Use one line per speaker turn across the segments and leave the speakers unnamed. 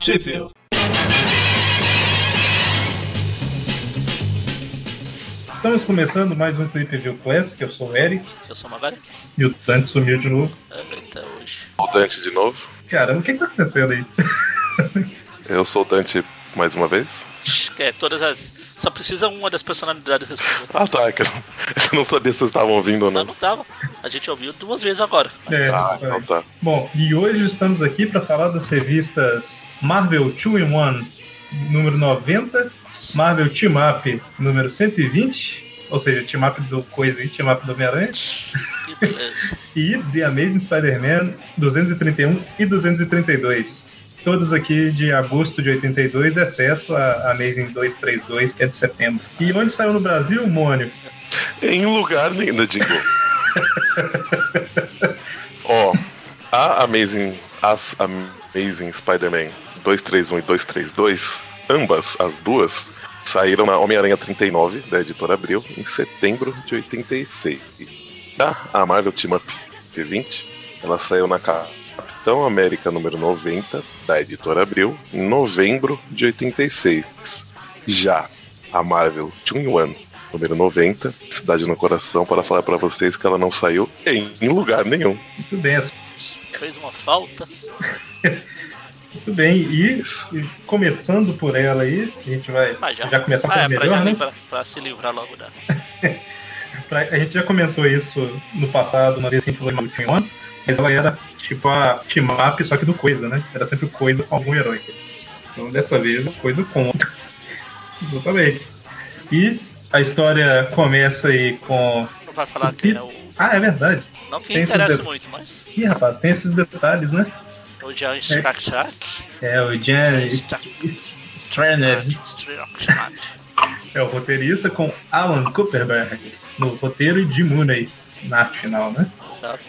Sheffield.
Estamos começando mais um Trip View Classic, eu sou o Eric
Eu sou o Magari.
e o Dante sumiu de novo.
Eita, hoje.
O Dante de novo.
Caramba, o que que tá acontecendo aí?
Eu sou o Dante mais uma vez.
É, todas as. Só precisa uma das personalidades responder.
Ah tá, é que eu não, eu não sabia se vocês estavam ouvindo ou
Não,
não.
não tava. A gente ouviu duas vezes agora.
É,
Ah,
peraí.
então tá.
Bom, e hoje estamos aqui para falar das revistas Marvel 2 in 1, número 90, Marvel Team Up, número 120, ou seja, Team Up do Coisa e Team Up do Homem-Aranha,
Que beleza.
e The Amazing Spider-Man 231 e 232. Todas aqui de agosto de 82, exceto a Amazing 232, que é de setembro. E onde saiu no Brasil, Mônio?
Em lugar nenhum, eu digo. Ó, a Amazing, as Amazing Spider-Man 231 e 232, ambas, as duas, saíram na Homem-Aranha 39, da editora Abril, em setembro de 86. Tá? A Marvel Team Up de 20, ela saiu na Capitão América número 90, da editora Abril, em novembro de 86. Já a Marvel Team One número 90, Cidade no Coração, para falar pra vocês que ela não saiu em lugar nenhum.
Muito bem, é
Fez uma falta.
Muito bem, e, e começando por ela aí, a gente vai
Mas já.
já começar
Ah,
pelo
é, pra, já
melhor, né?
lembrar, pra se livrar logo da.
Pra- a gente já comentou isso no passado, uma vez que a gente falou de Team One, mas ela era tipo a team up, só que do Coisa, né? Era sempre o Coisa com algum herói. Então dessa vez o Coisa conta. Exatamente. E a história começa aí com.
Não vai falar que é o.
Ah, é verdade.
Não que
Tem esses
interessa
dedos.
muito, mas.
Ih, rapaz, tem esses detalhes, né?
Hoje é o Strack Strack.
É, o Jan Straner é o roteirista com Alan Cooperberg no roteiro e Jim Mooney na arte final, né?
Sabe?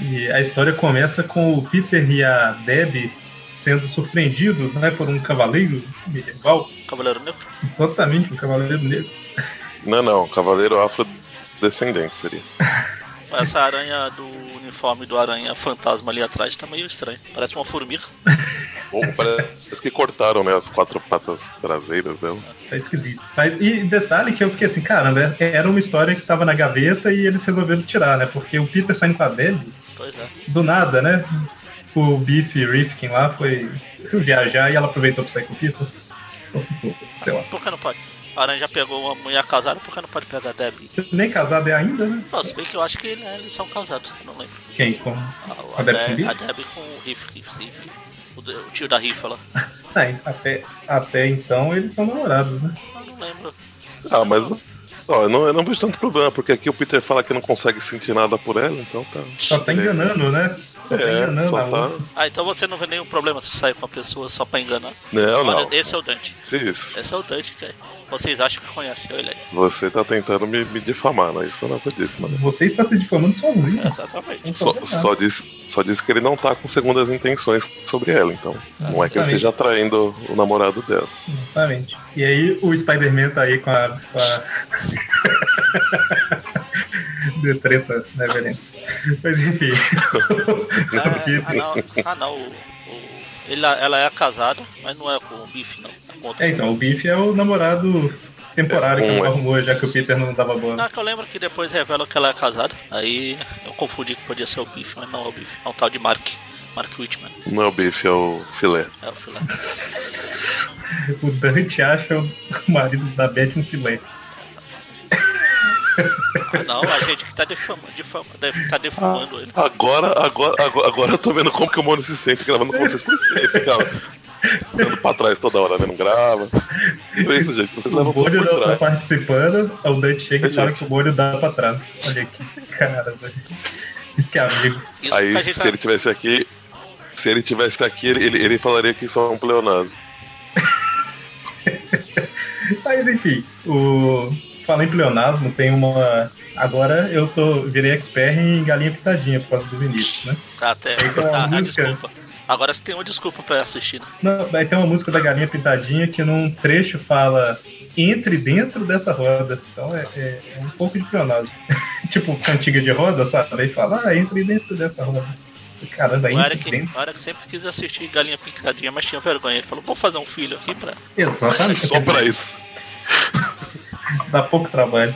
E a história começa com o Peter e a Debbie sendo surpreendidos né, por um cavaleiro medieval,
Cavaleiro Negro.
exatamente um cavaleiro negro.
Não, não, Cavaleiro Afrodescendente seria.
Essa aranha do uniforme do aranha fantasma ali atrás tá meio estranho. Parece uma formiga.
Ou parece que cortaram né, as quatro patas traseiras dela.
Tá esquisito. Mas- e detalhe que eu fiquei assim, caramba, era uma história que estava na gaveta e eles resolveram tirar, né? Porque o Peter saindo com a Debbie,
Pois é.
do nada, né? O Biff Rifkin lá foi viajar e ela aproveitou pra sair com o Peter. Só se for, sei lá.
Por que não pode? A aranha já pegou uma mulher casada, por que não pode pegar a Debbie?
Nem casado é ainda, né?
Não, se bem que eu acho que né, eles são casados, eu não lembro.
Quem? Com...
A,
A
a,
Debbie
Deb-
com o
a Debbie com o Riff, Riff, Riff. O, de- o tio da Rifa lá.
Ah, até, até então eles são namorados, né?
Eu não lembro.
Ah, mas ó, eu, não, eu não vejo tanto problema, porque aqui o Peter fala que não consegue sentir nada por ela, então tá.
Só tá enganando, né? Só tá
É,
enganando a
só tá.
moça.
Ah, então você não vê nenhum problema se sair com a pessoa só pra enganar.
Não,
Olha,
não.
esse é o Dante.
Isso.
Esse é o Dante, cara. Vocês acham que conhecem ele aí?
Você tá tentando me, me difamar, né? Isso não é disso, mano.
Você está se difamando sozinho.
É, Exatamente.
Não
É. Só,
pode nada.
só, diz, só diz que ele não tá com segundas intenções sobre ela, então. Não é que
Exatamente.
ele esteja atraindo o namorado dela.
Exatamente. E aí o Spider-Man tá aí com a. Com a... De treta, né, Belém? Mas enfim. É
Ah, ah,
Peter.
não. Ah, não. O, o- ele- ela é casada, mas não é com o Biff, não. É com outro.
É, então, o Biff é o namorado temporário que
É, um,
ela
é.
arrumou, já que o Peter não dava bola.
Não, é que eu lembro que depois revelam que ela é casada. Aí eu confundi que podia ser o Biff, mas não é o Biff. É um tal de Mark. Mark Whitman.
Não é o bife, é o filé.
É o filé.
O Dante acha o marido da Beth um filé.
Ah, não, a gente que tá defamando, difama, deve tá defamando ele.
Agora, agora, agora, agora eu tô vendo como que o Mono se sente gravando com vocês. Por isso que ele fica dando pra trás toda hora, né? Não grava. Por isso, gente, vocês
O
levam tudo
Bolho
por
não tá
trás.
participando, um o Dante chega e
É,
fala
gente.
que o Bolho dá pra trás. Olha que cara, velho. Isso que é amigo.
Isso que a
Aí,
gente
se
tá-
ele tivesse aqui, se ele tivesse aqui, ele, ele, ele falaria que isso é um pleonasmo.
Mas enfim, o... falar em pleonasmo, tem uma. Agora eu tô virei expert em galinha pitadinha por causa do Vinícius, né?
tá até.
Então, a
ah, ah,
música-
desculpa. Agora você tem uma desculpa pra assistir, né?
Não, vai ter uma música da galinha pitadinha que num trecho fala entre dentro dessa roda. Então é, é- é um pouco de pleonasmo. tipo cantiga de roda, sabe? Aí fala, ah, entre dentro dessa roda. Caramba,
O
ainda
Eric,
bem.
o Eric sempre quis assistir Galinha Pintadinha, mas tinha vergonha. Ele falou, vou fazer um filho aqui pra...
Exatamente.
Só pra isso.
Dá pouco trabalho.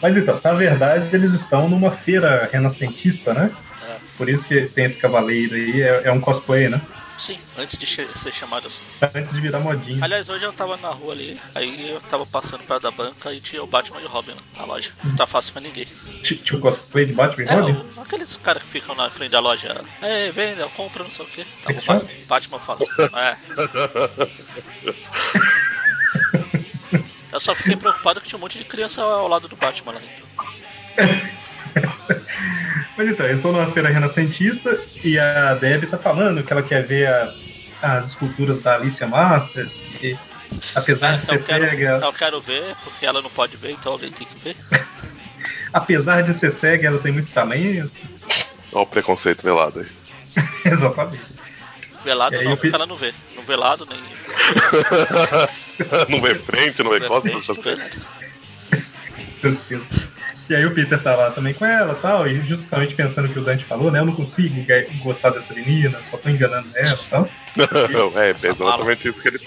Mas então, na verdade, eles estão numa feira renascentista, né?
É.
Por isso que tem esse cavaleiro aí, é, é um cosplay, né?
Sim, antes de che- ser chamado assim.
Antes de virar modinha.
Aliás, hoje eu tava na rua ali, aí eu tava passando perto da banca e tinha o Batman e o Robin lá na loja. Não tá fácil pra ninguém.
Ti- Tinha o cosplay de Batman e
É,
Robin?
o- aqueles caras que ficam na frente da loja. É, venda, compra, não sei o que. Tá,
Sex shop?
o Batman fala. É. Eu só fiquei preocupado que tinha um monte de criança ao lado do Batman lá dentro.
Mas então, eu estou numa feira renascentista e a Deb tá falando que ela quer ver a- as esculturas da Alicia Masters, que apesar de
Ah, então eu,
ser cega,
quero, eu quero ver, porque ela não pode ver, então alguém tem que ver.
apesar de ser cega, ela tem muito talento.
Olha o preconceito velado aí.
Exatamente.
Velado
E aí
não,
eu
porque
pe-
ela não vê. Não velado, nem.
não vê frente, não vê
vê
costa,
frente,
não
não vê
vê
nada.
Deus do céu. E aí o Peter tá lá também com ela e tal, e justamente pensando que o Dante falou, né? Eu não consigo ga- gostar dessa menina, só tô enganando ela e tal.
Não, é,
Essa
é exatamente isso que ele.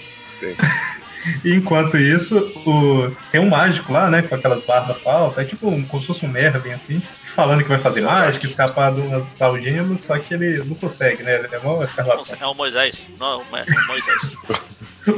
E enquanto isso, o... tem um mágico lá, né? Com aquelas barbas falsas, é tipo um, como se fosse um Merlin, assim, falando que vai fazer mágica, escapar de uma tal gema, só que ele não consegue, né? Ele é mó
Não,
charlatão.
É o Moisés. Não, é o Mo- é o Moisés.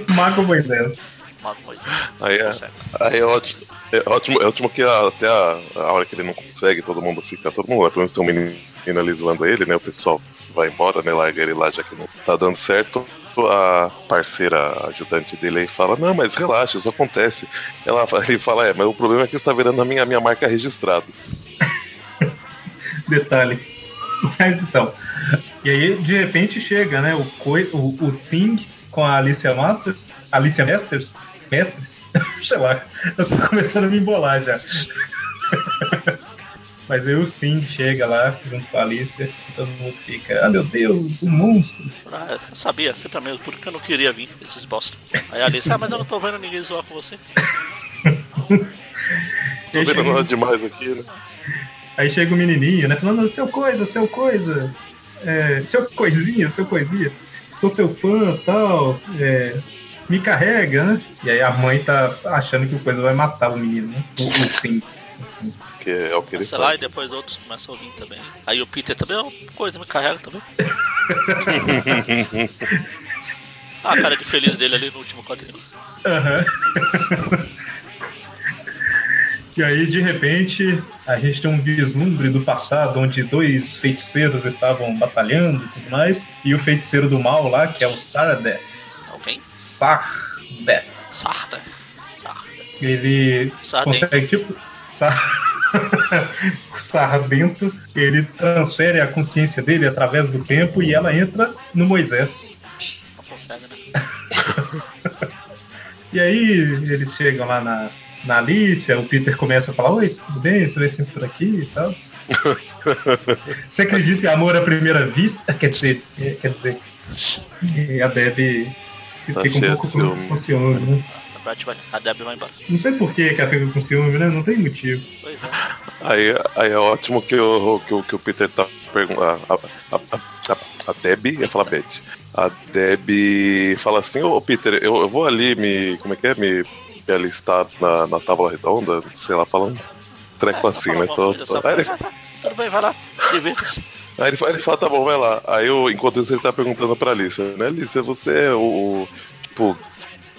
Mago Moisés.
Mago Moisés.
Aí é,
Consegue.
aí é ótimo. É ótimo, é ótimo que a- até a, a hora que ele não consegue, todo mundo fica. Todo mundo, pelo menos tem um menino ali zoando ele, né? O pessoal vai embora, né? Larga ele lá, já que não tá dando certo. A parceira ajudante dele aí fala: Não, mas relaxa, isso acontece. Ela, fa- ele fala: É, mas o problema é que está virando a minha, a minha marca registrada.
detalhes. Mas então. E aí, de repente, chega, né? O, coi, o, o Thing com a Alicia Masters. Alicia Masters? Mestres? Sei lá. Eu tô começando a me embolar já. Mas aí o Thing chega lá junto com a Alicia. e Todo mundo fica, ah meu Deus, um monstro.
Ah, eu sabia, sempre mesmo, porque eu não queria vir, esses bosta. Aí a Alice, ah, mas eu não tô vendo ninguém zoar com você.
Não tô vendo nada demais aqui, né?
Aí chega o menininho, né? Falando, seu coisa, seu coisa, é, seu coisinha, seu coisinha, sou seu fã, tal, é, me carrega, né? E aí a mãe tá achando que o coisa vai matar o menino, né? O, o fim.
Que é o que ele
Sei lá, e
faz.
depois outros começam a vir também. Aí o Peter também, ó, coisa, me carrega também. Ah, a cara de feliz dele ali no último quadrinho.
Aham. E aí, de repente, a gente tem um vislumbre do passado, onde dois feiticeiros estavam batalhando e tudo mais, e o feiticeiro do mal lá, que é o Sardet,
Alguém?
Sardet,
Sarda. Sarda.
ele
Sarda.
consegue tipo sar... o sardento ele transfere a consciência dele através do tempo e ela entra no Moisés
Não consegue, né?
e aí eles chegam lá na na Alicia, o Peter começa a falar oi, tudo bem, você vai sempre por aqui e tal você acredita em amor à primeira vista? quer dizer, é, quer dizer é, a Debbie se
Tá
fica um
cheio
pouco
de
com,
ciúme.
com ciúme né?
A Brad vai. A Debbie vai embora.
não sei por que que ela fica com ciúme, né? não tem motivo
Pois é.
Aí, aí é ótimo que o, que o, que o Peter tá perguntando. A, a, a, a Debbie, ia falar Beth. A Debbie fala assim: Ô Peter, eu, eu vou ali me. Como é que é? Me, me alistar na, na tábua redonda, sei lá, falando. Treco
É, só
assim,
fala
né?
uma
Tô,
coisa
tô-
só.
Aí, ele,
Ah, tá. Tudo bem, vai lá. Divirta-se.
aí ele fala, ele fala, tá bom, vai lá. Aí eu, enquanto isso, ele tá perguntando pra Alicia, né, Alicia, você é o. o- tipo,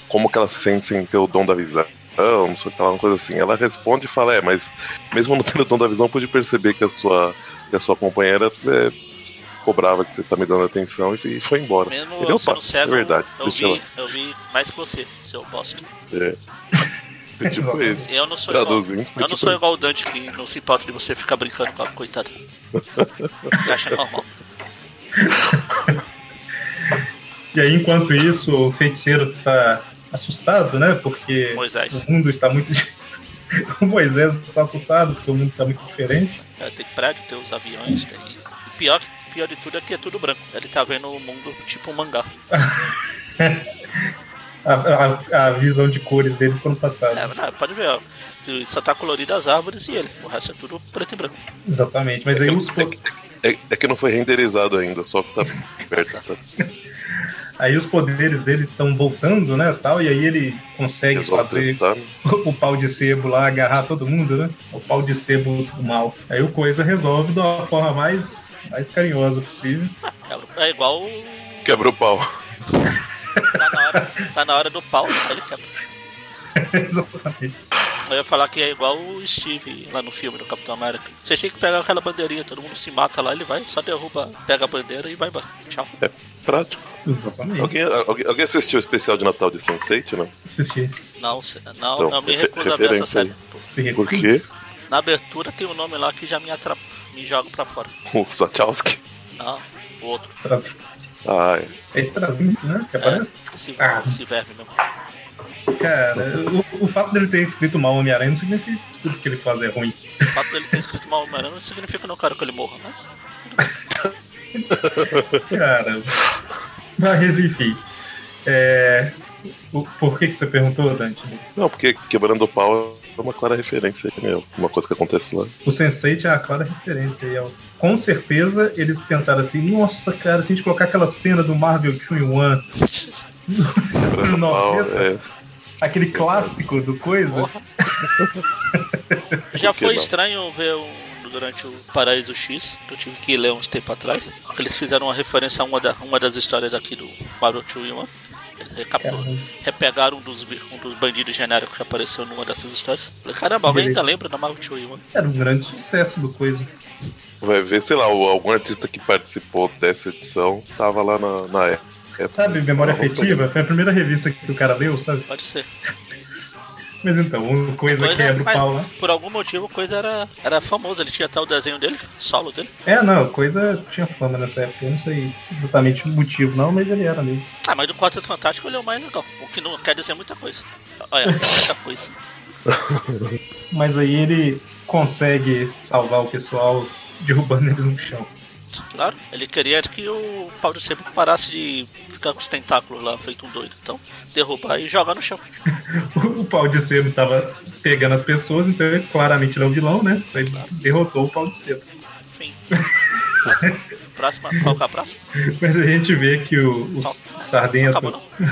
como que ela se sente sem ter o dom da visão? Não sei o que lá, uma coisa assim. Ela responde e fala, é, mas mesmo não tendo o dom da visão, pude perceber que a sua, que a sua companheira é, cobrava que você tá me dando atenção e, e foi embora.
Mesmo
Ele é
eu
um
sendo
pato,
cego,
é verdade.
eu,
Deixa eu
vi, eu vi mais que você, seu bosta.
É tipo
Exatamente.
isso.
Eu não sou igual,
Traduzindo, foi
eu não
tipo
sou
isso.
igual o Dante que não se importa de você ficar brincando com a coitada. Ele acha normal.
E aí, enquanto isso, o feiticeiro tá assustado, né? Porque
Moisés,
o mundo está muito. di- o Moisés está assustado, porque o mundo está muito diferente.
é, tem prédio, tem os aviões, tem. E pior, pior de tudo é que é tudo branco. Ele tá vendo o mundo tipo um mangá.
A, a- a visão de cores dele ficou no passado.
É, mas não, pode ver, ó. Só tá colorido as árvores e ele. O resto é tudo preto e branco.
Exatamente. Mas aí os, co-
É, é que não foi renderizado ainda, só que tá perto. tá-
Aí os poderes dele estão voltando, né, tal, e aí ele consegue
Resolve
fazer
testar.
o pau de sebo lá, agarrar todo mundo, né? O pau de sebo do mal. Aí o Coisa resolve da forma mais, mais carinhosa possível.
Quebra- É igual. o-
Quebra o pau.
Tá na hora, tá na hora do pau, ele quebra.
Exatamente.
Eu ia falar que é igual o Steve lá no filme do Capitão América. Vocês têm que pegar aquela bandeirinha, todo mundo se mata lá, ele vai, só derruba, pega a bandeira e vai embora. Tchau.
Prático.
Exatamente.
Alguém, alguém, alguém assistiu o especial de Natal de né? Sense8, não?
Assistir.
Não, se- não,
Então,
eu me
refe-
recuso a ver essa
referência
série.
aí.
Se
Por quê?
Na abertura tem um nome lá que já me atrapalha, me joga pra fora.
O Sachowski?
Não, o outro,
Strazinski.
Ah, é.
É Strazinski, né? Que aparece?
esse,
Ah.
esse verme mesmo.
Cara, o, o fato dele ter escrito mal Homem-Aranha não significa que tudo que ele faz é ruim.
O fato dele ter escrito mal homem não significa não quero que ele morra, mas
Cara, mas enfim. É, o- por que, que você perguntou, Dante?
Não, porque quebrando o pau é uma clara referência aí, meu. Uma coisa que acontece lá.
O Sensei tinha a clara referência. E eu- com certeza eles pensaram assim: nossa, cara, se a gente colocar aquela cena do Marvel 2 in 1,
Quebrando o pau é.
aquele clássico do coisa,
morra. Já
Por que
foi
não?
estranho ver um, durante o Paraíso X, que eu tive que ler uns tempo atrás, que eles fizeram uma referência a uma, da- uma das histórias aqui do Mario 2 in One. Eles recapitu-
É.
Caramba.
repegaram um dos, vi- um dos bandidos genéricos que apareceu numa dessas histórias. Falei, caramba, alguém ainda lembra da Mario 2 in One?
era um grande sucesso do coisa.
Vai ver, sei lá, o- algum artista que participou dessa edição tava lá na, na época.
Sabe, Memória
Não, não tô
Afetiva? Foi a primeira revista que o cara deu, sabe?
Pode ser.
Mas então, o coisa,
Coisa,
quebra o
mas-
pau né? lá.
Por algum motivo, a coisa era, era famosa. Ele tinha até o desenho dele, solo dele.
É, não, coisa tinha fama nessa época. Eu não sei exatamente o motivo, não, mas ele era mesmo.
Ah, mas do Quarteto Fantástico ele é o mais legal. O que não quer dizer muita coisa. Olha, é muita coisa.
Mas aí ele consegue salvar o pessoal derrubando eles no chão.
Claro, ele queria que o Paulo sempre parasse de ficar com os tentáculos lá, feito um doido. Então, derrubar e jogar no chão.
O pau de sebo tava pegando as pessoas, então ele claramente ele é o vilão, né? Ele derrotou o pau de sebo.
Enfim. Próxima. Próxima. Qual que é a próxima?
Mas a gente vê que o, o Sardento
Acabou não.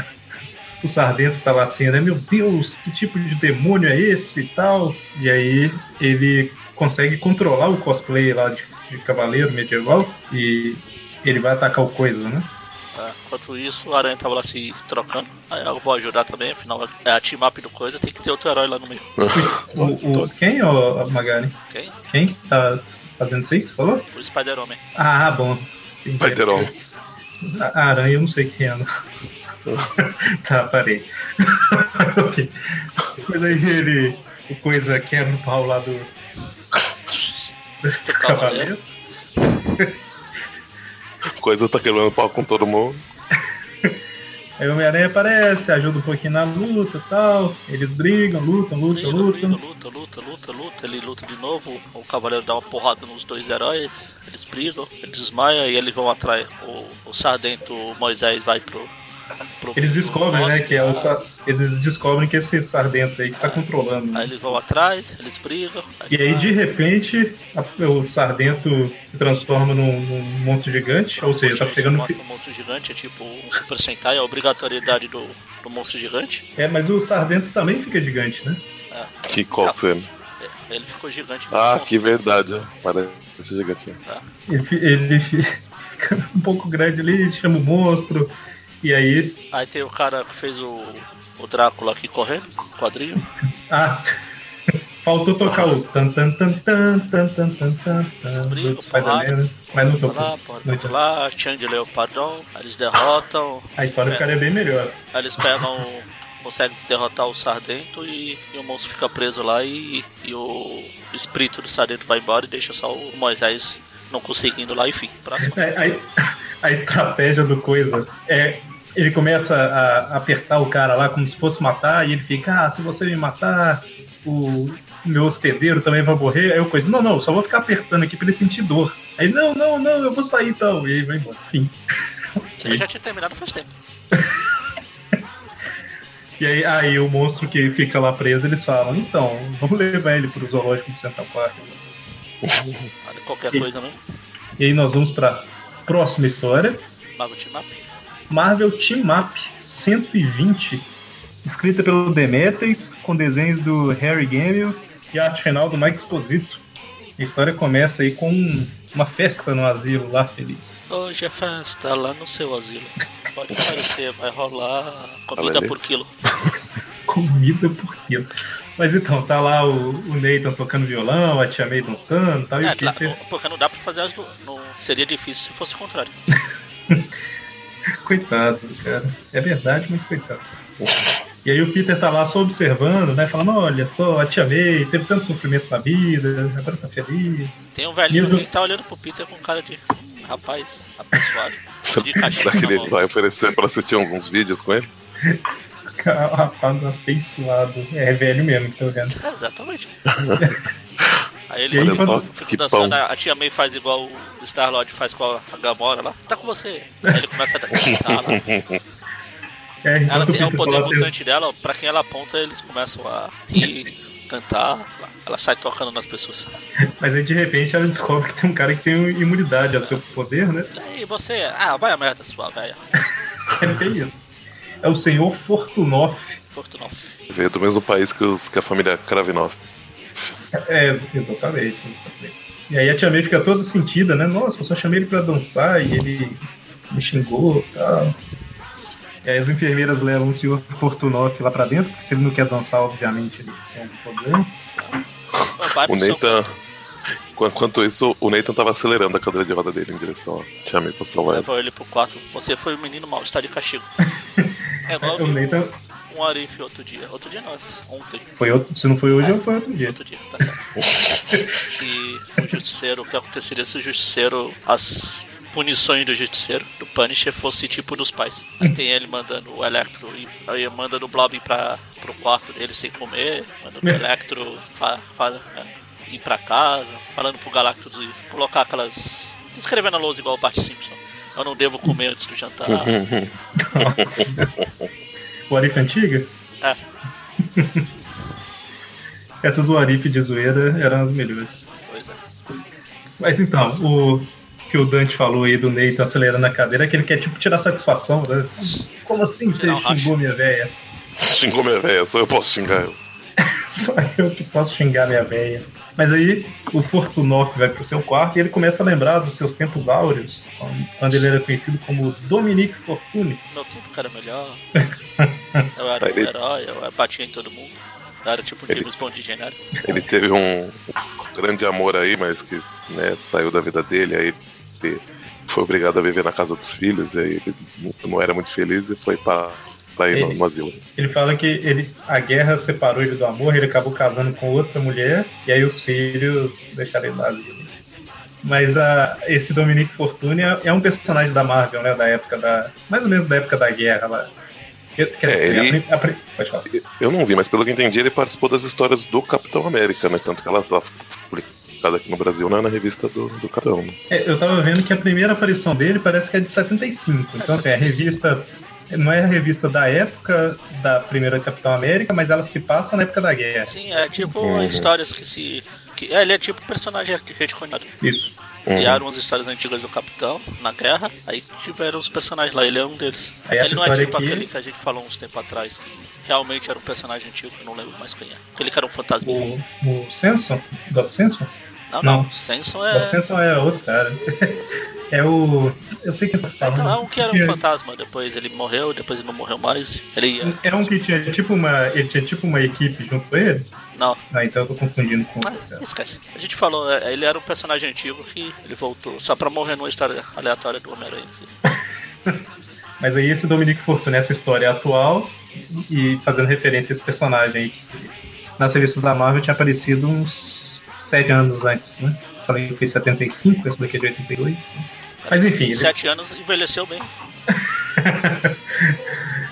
o Sardento tava assim, né? Meu Deus, que tipo de demônio é esse e tal? E aí ele consegue controlar o cosplay lá de, de cavaleiro medieval e ele vai atacar o coisa, né?
Ah, enquanto isso, o Aranha tava lá se trocando. Aí eu vou ajudar também, afinal é a team up do coisa, tem que ter outro herói lá no meio.
O, o- quem, ô, Magari?
Ok?
Quem que tá fazendo isso aí que você falou?
O Spider-Homem.
Ah, bom.
Vai ter um.
A a aranha eu não sei quem é, não. tá, parei. ok. Mas aí ele. O coisa quebra o pau lá do, do
Do Cavaleiro.
cavaleiro.
Coisa tá quebrando pau com todo mundo.
Aí o Homem-Aranha aparece, ajuda um pouquinho na luta e tal. Eles brigam, lutam, lutam,
Briga, briga,
lutam.
luta, luta, luta, luta, ele luta de novo, o cavaleiro dá uma porrada nos dois heróis, eles brigam, eles desmaiam e eles vão atrás. O, o Sardento o Moisés vai pro. pro-
Eles descobrem,
pro
né,
bosque,
que é o sa- Eles descobrem que é esse sardento aí que tá controlando. né?
Aí eles vão atrás, eles brigam.
E aí,
eles-
de repente, a- o sardento se transforma num, num monstro gigante. Ou seja, tá pegando.
Mostra um monstro gigante, é tipo um Super Sentai, é a obrigatoriedade do, do monstro gigante.
É, mas o sardento também fica gigante, né?
Que qual
Tá.
cena?
É, Ele ficou gigante.
Ah,
mesmo.
que verdade. ó. Parece gigantinho.
Ele, fi- ele fi- fica um pouco grande ali, chama o monstro. E aí.
Aí tem o cara que fez o, o Drácula aqui correndo, quadrinho.
Ah! Faltou tocar o tan tan tan tan tan tan tan tan tan
Brilho,
do Spider-Man, né? mas não
Pra
tocou.
lá, porta lá, Chandler Pardon, aí eles derrotam,
A história ficaria bem melhor.
aí eles pegam. conseguem derrotar o Sardento e, e o monstro fica preso lá e, e o espírito do Sardento vai embora e deixa só o Moisés não conseguindo lá, enfim. Próximo.
É, aí- a estratégia do coisa é. Ele começa a apertar o cara lá como se fosse matar, e ele fica, ah, se você me matar, o meu hospedeiro também vai morrer. Aí o coisa, não, não, só vou ficar apertando aqui pra ele sentir dor. Aí, não, não, não, eu vou sair então. E aí vai embora. Enfim.
Eu já tinha terminado faz tempo.
E aí, aí o monstro que fica lá preso, eles falam, então, vamos levar ele pro zoológico de Santa Park.
Olha, Ah, Qualquer
E-
coisa, né?
E aí nós vamos pra próxima história.
Mago Timap.
Marvel Team Up 120, escrita pelo Demetres, com desenhos do Harry Gamble e a arte final do Mike Exposito. A história começa aí com um- uma festa no asilo lá feliz.
Hoje é festa lá no seu asilo. Pode aparecer, vai rolar comida
Olha aí.
por quilo.
Comida por quilo. Mas então, tá lá o, o Nathan tocando violão, a Tia May dançando e tal, e
É,
o
claro,
Peter,
porque não dá pra fazer as duas. Não, seria difícil se fosse o contrário.
coitado, cara. É verdade, mas coitado. E aí o Peter tá lá só observando, né, falando, olha só, a Tia May teve tanto sofrimento na vida, agora tá feliz.
Tem um velhinho
Mesmo-
ali que tá olhando pro Peter com cara de "Hum, rapaz, apessoado. De cachimbo na
Daquele,
mão.
vai oferecer pra assistir uns, uns vídeos com ele.
Cara, Rapaz, afeiçoado. É velho mesmo, tô vendo.
É, exatamente. Aí
E
ele
aí,
Olha só,
quando-
que
fica
pão.
dançando, a tia May faz igual o Star-Lord faz com a Gamora lá. Tá com você. Aí ele começa a cantar lá.
É,
Ela
enquanto
tem, é o
Peter
poder
fala,
mutante dela, ó, pra quem ela aponta, eles começam a rir, cantar. lá. Ela sai tocando nas pessoas.
Mas aí de repente ela descobre que tem um cara que tem imunidade ao seu poder, né?
E aí, você? Ah, vai a merda sua, velha.
É bem isso. É o senhor Fortunoff.
Fortunoff.
Veio do mesmo país que, os, que a família Kravinov.
É, ex- exatamente, exatamente. E aí a Tia May fica toda sentida, né? Nossa, eu só chamei ele pra dançar e ele me xingou e tal. E aí as enfermeiras levam o senhor Fortunoff lá pra dentro, porque se ele não quer dançar, obviamente ele tem algum problema.
Vai
O
pro seu
Nathan. Qu- Enquanto isso, o Nathan tava acelerando a cadeira de roda dele em direção a Tia May pra salvar ela.
Levou ele pro quarto. Você foi um menino mal, está de castigo. É igual
É, o Nathan
um, um Arif outro dia. Outro dia não, esse- ontem.
foi outro. Se não foi hoje, foi outro dia.
Outro dia, tá certo. E o Justiceiro, o que aconteceria se o Justiceiro, as punições do Justiceiro, do Punisher, fosse tipo dos pais.
Hum.
Aí tem ele mandando o Electro, e aí manda o Blob pra, pro quarto dele sem comer, manda o
É.
Electro fa, fa- é, ir pra casa, falando pro Galactus ir colocar aquelas... escrever na lousa igual o Bart Simpson. Eu não devo comer antes do jantar.
Uhum. O Arif antiga?
É.
Essas o Arif de zoeira eram as melhores.
Pois é.
Mas então, o que o Dante falou aí do Nathan acelerando a cadeira é que ele quer tipo tirar satisfação, né? Como assim você
Tirar o
xingou
racho.
minha véia?
Xingou minha véia, só eu posso xingar ela.
Só eu que posso xingar minha véia. Mas aí o Fortunoff vai pro seu quarto e ele começa a lembrar dos seus tempos áureos, quando ele era conhecido como Dominique Fortune.
Meu tempo cara melhor. Eu era
Aí
um
ele-
herói, eu batia em todo mundo. Eu era tipo um
Ele-
James Bond de genérico.
Ele teve um grande amor aí, mas que né, saiu da vida dele, aí ele foi obrigado a viver na casa dos filhos, e aí ele não- não era muito feliz e foi pra, pra ir no, no asilo.
Ele fala que ele, a guerra separou ele do amor, ele acabou casando com outra mulher, e aí os filhos deixaram ele vazio. Mas a, esse Dominique Fortune é, é um personagem da Marvel, né? Da época da. Mais ou menos da época da guerra lá. Eu- quer
É,
dizer,
ele-
a pri- a pri- pode falar.
Eu não vi, mas pelo que eu entendi, ele participou das histórias do Capitão América, né? Tanto que elas lá foram publicadas aqui no Brasil, né, na revista do, do Capitão. né?
É, eu tava vendo que a primeira aparição dele parece que é de 75. Então, assim, a revista. Não é a revista da época da primeira Capitão América, mas ela se passa na época da guerra.
Sim, é tipo
Uhum.
histórias que se. Que, é, ele é tipo personagem retconado.
Isso.
Uhum.
Criaram as histórias antigas do Capitão na guerra, aí tiveram os personagens lá, ele é um deles.
Aí essa
ele não é
história
tipo
aqui-
aquele que a gente falou uns tempo atrás, que realmente era um personagem antigo, eu não lembro mais quem é. Aquele que era um fantasminha.
O, o Samson? O Doc Samson?
Não, não,
não.
Samson
É.
é.
Samson é outro cara. É o. Eu sei quem você tá
Então, é
falando.
um que era um fantasma, depois ele morreu, depois ele não morreu mais. Ele ia.
É um que tinha tipo uma. Ele tinha tipo uma equipe junto com ele.
Não,
Ah, então eu tô confundindo com outro
Ah,
cara.
esquece. A gente falou, é, ele era um personagem antigo que ele voltou só pra morrer numa história aleatória do Homem-Aranha.
Mas aí esse Dominique Fortuna, essa história é atual, e fazendo referência a esse personagem aí que nas revistas da Marvel tinha aparecido uns sete anos antes, né? Falei que foi 75, esse daqui é de 82. né? Mas enfim, ele-
Sete anos, envelheceu bem.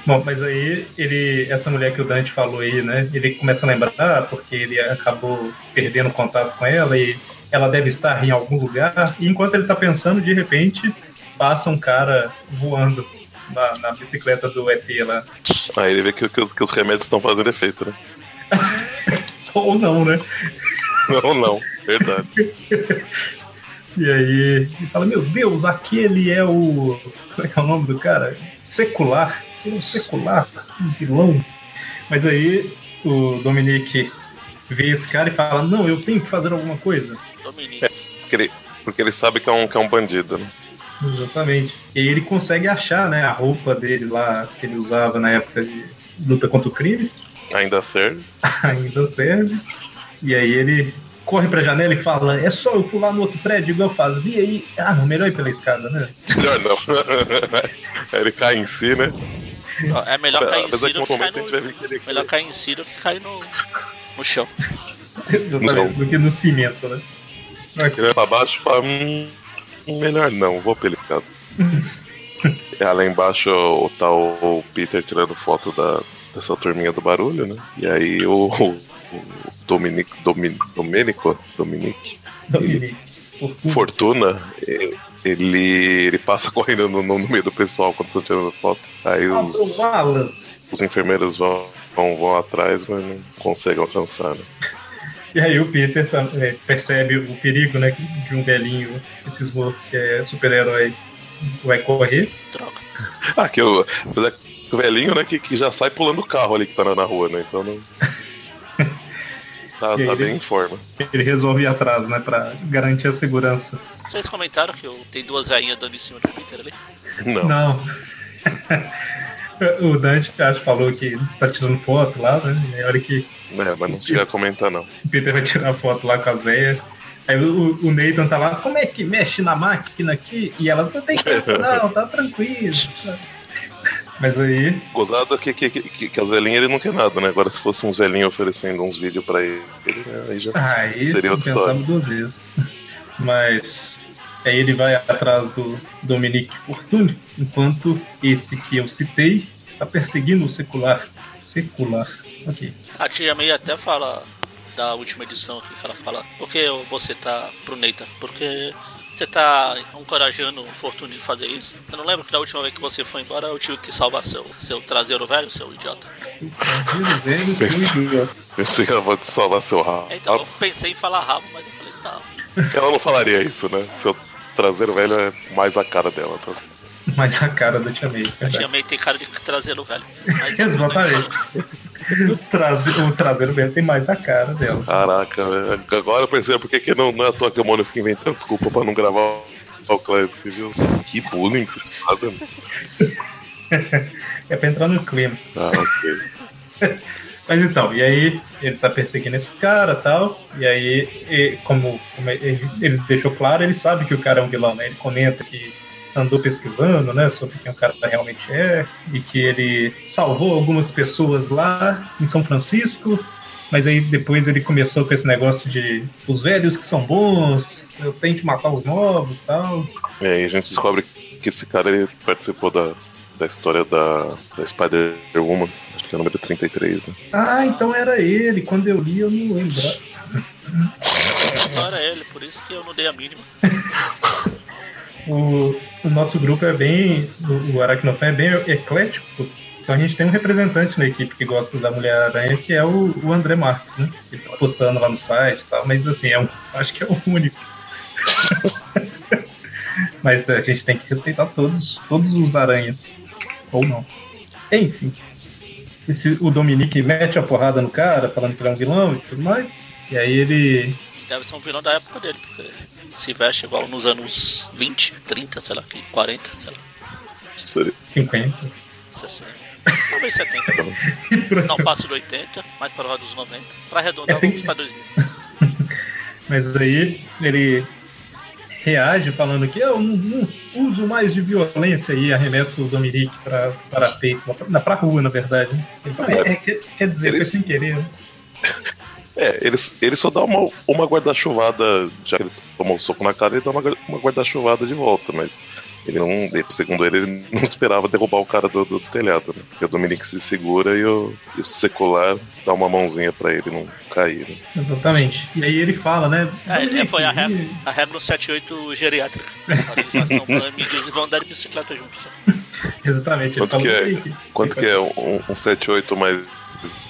Bom, mas aí ele, essa mulher que o Dante falou aí, né? Ele começa a lembrar porque ele acabou perdendo contato com ela e ela deve estar em algum lugar. E enquanto ele tá pensando, de repente passa um cara voando na, na bicicleta do ET lá.
Aí ele vê que, que os- que os remédios estão fazendo efeito, né?
Ou não, né?
Não, não, verdade.
E aí ele fala, meu Deus, aquele é o. Como é que é o nome do cara? Secular. Ele é um secular, um vilão. Mas aí o Dominique vê esse cara e fala, não, eu tenho que fazer alguma coisa.
Dominique.
É.
Porque ele, porque ele sabe que é um, que é um bandido, né?
Exatamente. E aí ele consegue achar, né, a roupa dele lá que ele usava na época de luta contra o crime.
Ainda serve.
Ainda serve. E aí ele corre pra janela e fala, é só eu pular no outro prédio igual eu fazia e. Ah, não, melhor ir pela escada, né?
Melhor não. Ah, ele cai em si, né?
Ó, É melhor cair em
Apesar
si
que
do
no
que cair
momento a gente vai ver
no.
que ele
Melhor cair em si do que cair no. no chão.
Exatamente, do que no cimento, né?
Ele vai pra baixo e fala: hum, melhor não, vou pela escada. e lá embaixo o tal o Peter tirando foto da, dessa turminha do barulho, né? E aí o, o Dominic, Domin, Domenico, Dominic
Dominique. Fortuna.
Fortuna, ele, ele passa correndo no, no meio do pessoal quando estão tirando foto. Aí
Ah,
os,
o Wallace.
os enfermeiros vão, vão, vão atrás, mas não conseguem alcançar, né?
E aí o Peter tá- é, percebe o perigo, né, de um velhinho, esse Smurf que é super-herói, vai correr.
Droga.
Ah, que o, apesar que o velhinho, né, que, que já sai pulando o carro ali que tá na, na rua, né? Então não. Tá,
E aí,
tá
ele-
bem em forma.
Ele resolve ir atrás, né, pra garantir a segurança.
Vocês comentaram que eu tem duas rainhas dando em cima do Peter ali?
Não.
Não. o Dante, acho, falou que tá tirando foto lá, né, e a hora que
É, mas não chega a comentar, não.
O Peter vai tirar foto lá com a véia. Aí o, o Nathan tá lá, como é que mexe na máquina aqui? E ela, não tem que isso não, tá tranquilo. Mas aí,
Gozado que, que, que, que as velhinhas ele não quer nada, né? Agora se fosse uns velhinhos oferecendo uns vídeos pra ele, né, aí já.
aí
Seria
não
outra história.
pensava duas vezes. Mas aí ele vai atrás do Dominique Fortune, enquanto esse que eu citei está perseguindo o secular. Secular. Ok.
A tia May até fala da última edição aqui que ela fala. Por que você tá pro Neita? Porque você tá encorajando o Fortune de fazer isso? Eu não lembro que da última vez que você foi embora eu tive que salvar seu, seu traseiro velho, seu idiota.
Pensei que ela vai te salvar seu rabo.
Então eu pensei em falar rabo, mas eu falei, não.
Ela não falaria isso, né? Seu traseiro velho é mais a cara dela, tá?
Mas a cara da Tia May.
A
cara.
tia May tem cara de traseiro velho. Mas-
Exatamente. Traseiro, o traseiro dela tem mais a cara dela.
Caraca, né? agora eu percebo porque que não, não é à toa que o Mônio fica inventando desculpa pra não gravar o- o Classic, viu? Que bullying que você tá fazendo.
É pra entrar no clima.
Ah, ok.
Mas então, e aí ele tá perseguindo esse cara e tal. E aí, e- como, como é, ele, ele deixou claro, ele sabe que o cara é um vilão, né? Ele comenta que andou pesquisando, né, sobre quem o cara realmente é e que ele salvou algumas pessoas lá em São Francisco, mas aí depois ele começou com esse negócio de os velhos que são bons, eu tenho que matar os novos, tal.
E aí a gente descobre que esse cara ele participou da, da história da, da Spider-Woman, acho que é o número 33, né?
Ah, então era ele. Quando eu li, eu não lembro.
Não era é ele, por isso que eu não dei a mínima.
O, o nosso grupo é bem. O, o Aracnofan é bem eclético. Então a gente tem um representante na equipe que gosta da Mulher-Aranha, que é o, o André Marques, né? Ele tá postando lá no site e tal, mas assim, é um, acho que é o único. mas a gente tem que respeitar todos, todos os aranhas. Ou não. Enfim. Esse, o Dominique mete a porrada no cara, falando que ele é um vilão e tudo mais. E aí ele
E deve ser um vilão da época dele, porque se veste igual nos anos 20, 30, sei lá, que 40, sei lá,
Seria-
50.
60. Talvez 70. Não passo do 80, mais para lá dos 90. Pra arredondar, vamos pra 2000.
Mas aí ele reage falando que eu não, não uso mais de violência e arremessa o Dominique pra, para peito, na, pra rua, na verdade. né? Ele fala,
Ah,
é, é, quer, quer dizer, foi
Eles-
sem querer. né?
É, ele, ele só dá uma, uma guarda-chuvada, já que ele tomou um soco na cara, ele dá uma, guar- uma guarda-chuvada de volta, mas ele não, ele- segundo ele, ele não esperava derrubar o cara do, do telhado, né? Porque o Dominique se segura e o, e o secular dá uma mãozinha pra ele não cair, né?
Exatamente. E aí ele fala, né?
É, ele
"Dominique,
foi a ré-
e-
A regra 78 geriátrica. Organização Plano, Inclusive vão andar de bicicleta juntos.
Exatamente. Ele
Quanto
fala,
que é?
"Dominique".
Quanto que é um, um 78 mais,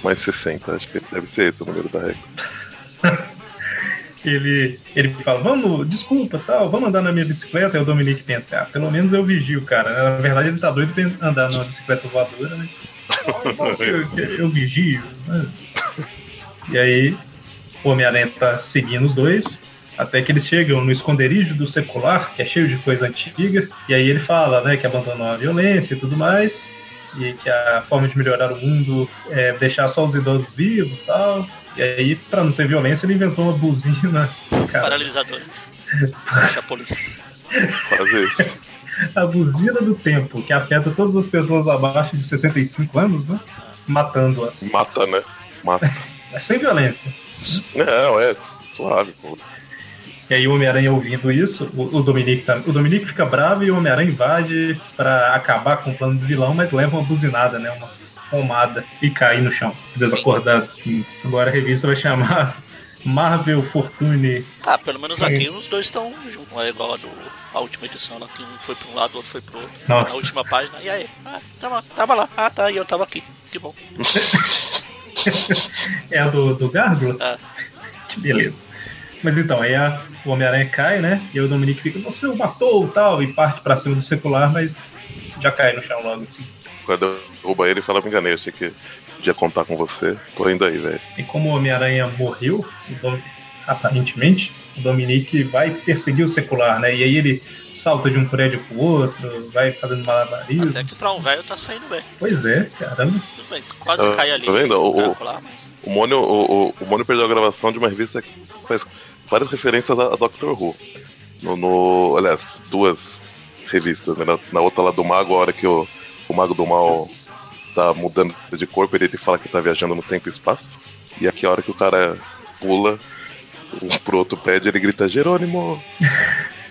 mais 60? Acho que deve ser esse o número da regra.
ele, ele fala, vamos, desculpa, tal, vamos andar na minha bicicleta. Aí o Dominique pensa, ah, pelo menos eu vigio, cara. Na verdade ele tá doido pra andar numa bicicleta voadora, mas. "Ah, eu, eu, eu vigio. né?" E aí o Homem-Aranha tá seguindo os dois. Até que eles chegam no esconderijo do secular, que é cheio de coisa antiga, e aí ele fala, né, que abandonou a violência e tudo mais, e que a forma de melhorar o mundo é deixar só os idosos vivos e tal. E aí, pra não ter violência, ele inventou uma buzina. Cara,
Paralisador. Chapolin.
Quase isso.
a buzina do tempo, que afeta todas as pessoas abaixo de 65 anos, né? Matando-as.
Mata, né? Mata.
Mas sem violência.
Não, é suave, pô.
E aí o Homem-Aranha ouvindo isso, o, o Dominique tá- o Dominique fica bravo e o Homem-Aranha invade pra acabar com o plano do vilão, mas leva uma buzinada, né? Uma pomada e cai no chão, desacordado. Agora a revista vai chamar Marvel Fortune.
Ah, pelo menos aqui os dois estão juntos. Não é igual a, do, a última edição lá, que um foi pra um lado, o outro foi pro outro.
Nossa.
Na última página, e aí? Ah, tava, tava lá. Ah, tá, e eu tava aqui. Que bom.
É a do, do Gárgula?
Ah.
Que beleza. Mas então, aí a- o Homem-Aranha cai, né? E aí o Dominique fica, você o matou tal, e parte pra cima do secular, mas já cai no chão logo assim.
Quando derruba ele e fala, me enganei, eu achei que podia contar com você. Tô indo aí, velho.
E como o Homem-Aranha morreu, o Dom- aparentemente, o Dominique vai perseguir o secular, né? E aí ele salta de um prédio pro outro, vai fazendo malabarismo.
Até que pra um velho tá saindo bem.
Pois é, caramba.
Tudo bem, tu quase
Tá
cai ali.
vendo?
no
O- o-
buraco lá, mas-
O Mônio, o, o, o Mônio perdeu a gravação de uma revista que faz várias referências a, a Doctor Who. No, no- aliás, duas revistas, né? Na, na outra lá do Mago, a hora que o, o Mago do Mal tá mudando de corpo, ele, ele fala que tá viajando no tempo e espaço. E aqui é a hora que o cara pula um pro outro prédio, ele grita Jerônimo!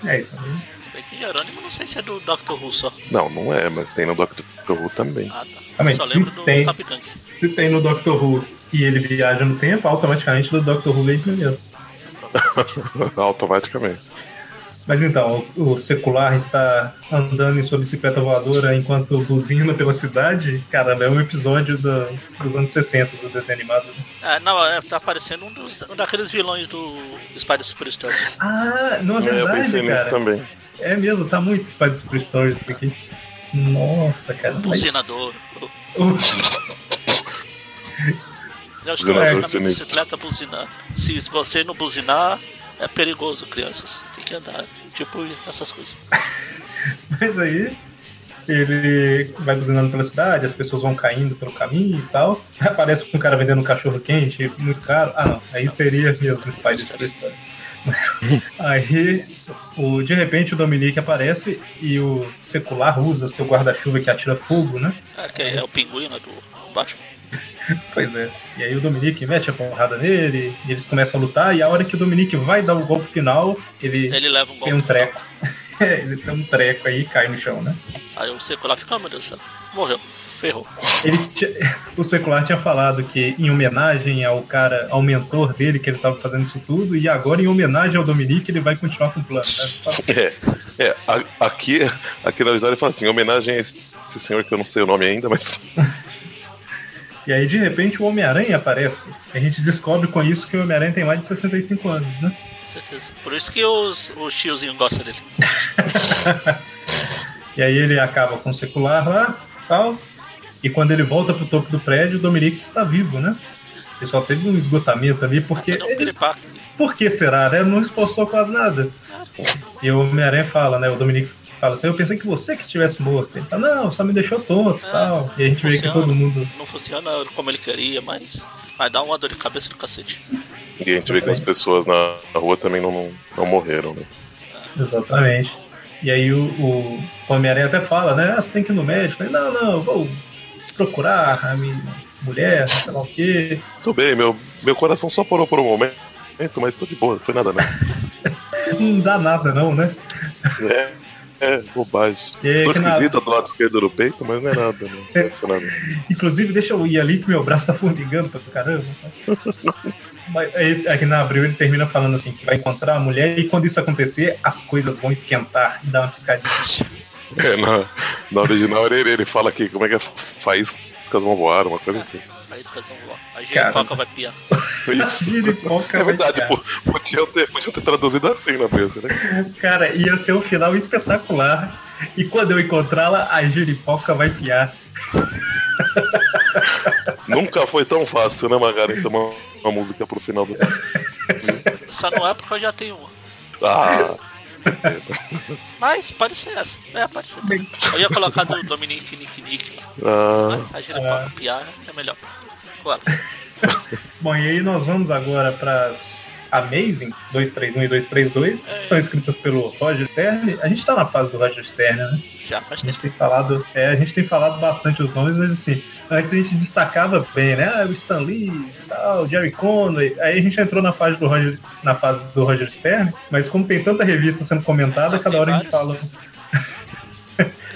É, isso aí.
Se bem que Jerônimo não sei se é do Dr. Who só.
Não, não é, mas tem no Doctor Who também.
Ah, tá.
Realmente,
só
se
lembro do
tem.
Top Gun.
se tem no Doctor Who e ele viaja no tempo, automaticamente o Doctor Who vem primeiro.
Automaticamente.
Mas então, o, o secular está andando em sua bicicleta voadora enquanto buzina pela cidade. Caramba, é um episódio do- dos anos 60 do desenho animado. né?
Ah, não, é, tá aparecendo um, dos, um daqueles vilões do Spider Superstars.
Ah, não é
É, eu
verdade,
pensei
cara.
nisso também.
É mesmo, tá muito Spider Super Stories isso aqui. Nossa, cara. mas-
Buzinador.
Uh,
Eu estou
Buzinador
na minha
sinistro.
bicicleta buzinando. Se você não buzinar, é perigoso, crianças. Tem que andar. Tipo, essas coisas.
Mas aí ele vai buzinando pela cidade, as pessoas vão caindo pelo caminho e tal. Aparece um cara vendendo um cachorro quente, muito caro. Ah, não, aí seria mesmo Spider Super Stories. Mas- Aí, o, de repente, o Dominique aparece e o secular usa seu guarda-chuva que atira fogo, né?
É, que é o pinguim né, do Batman.
Pois é. E aí o Dominique mete a porrada nele, e eles começam a lutar, e a hora que o Dominique vai dar o golpe final, ele
Ele leva um
tem um
golpe.
treco. É, ele tem um treco aí e cai no chão, né?
Aí o seco lá fica, ah, meu Deus do céu. Morreu. Ferrou.
Ele tinha- o secular tinha falado que em homenagem ao cara, ao mentor dele, que ele tava fazendo isso tudo, e agora em homenagem ao Dominique, ele vai continuar com o plano. Né?
É, é a- aqui, aqui na verdade ele fala assim, em homenagem a esse, esse senhor que eu não sei o nome ainda, mas
E aí, de repente, o Homem-Aranha aparece. A gente descobre com isso que o Homem-Aranha tem mais de 65 anos, né?
Com certeza. Por isso que os, os tiozinhos gostam dele.
E aí ele acaba com o secular lá, tal. E quando ele volta pro topo do prédio, o Dominique está vivo, né? Ele só teve um esgotamento ali, porque
Só deu um
ele
piripaque.
Por que será, né? Não esforçou quase nada. E o Homem-Aranha fala, né? O Dominique fala assim, eu pensei que você que tivesse morto. Ele fala, não, só me deixou tonto e
É,
tal. E a gente vê que
funciona.
todo mundo...
Não funciona como ele queria, mas vai dar uma dor de cabeça do cacete.
e a gente vê que as pessoas na, na rua também não, não, não morreram, né?
Exatamente. E aí o, o Homem-Aranha até fala, né? Ah, você tem que ir no médico. Ele, não, não, eu vou procurar a minha mulher, sei lá o quê.
Tô bem, meu, meu coração só parou por um momento, mas tô de boa, não foi nada não.
Não dá nada não, né?
É, é bobagem.
E aí,
Tô
que na-
esquisita do lado esquerdo do peito, mas não é nada, não. Não é isso nada.
Inclusive, deixa eu ir ali que meu braço tá formigando pra caramba. tá? Mas aí, aqui na abril ele termina falando assim que vai encontrar a mulher e quando isso acontecer, as coisas vão esquentar e dar uma piscadinha.
É, na, na original ele, ele fala que como é que é faíscas vão voar, uma coisa assim.
faíscas não voam. A giripoca vai piar.
Isso.
Giripoca
É verdade,
vai
pô, podia, ter, podia ter traduzido assim na mesa, né?
Cara, ia ser um final espetacular. E quando eu encontrá-la, a giripoca vai piar.
Nunca foi tão fácil, né, Magari? Então, uma, uma música pro final do.
Só não é porque eu já tenho uma.
Ah,
Mas pode ser essa. É, pode ser também. Eu ia colocar do Dominique Nick Nick. né?
ah,
A giripoca piar é melhor. Claro.
Bom, e aí nós vamos agora para as Amazing 231 e 232, que são escritas pelo Roger Stern. A gente tá na fase do Roger Stern, né?
Já faz
A
tempo.
gente tem falado, é, a gente tem falado bastante os nomes, mas assim, antes a gente destacava bem, né? Ah, o Stan Lee, tal, o Jerry Conway. Aí a gente entrou na fase do Roger, na fase do Roger Stern, mas como tem tanta revista sendo comentada,
Tem
cada hora a gente fala.
vários.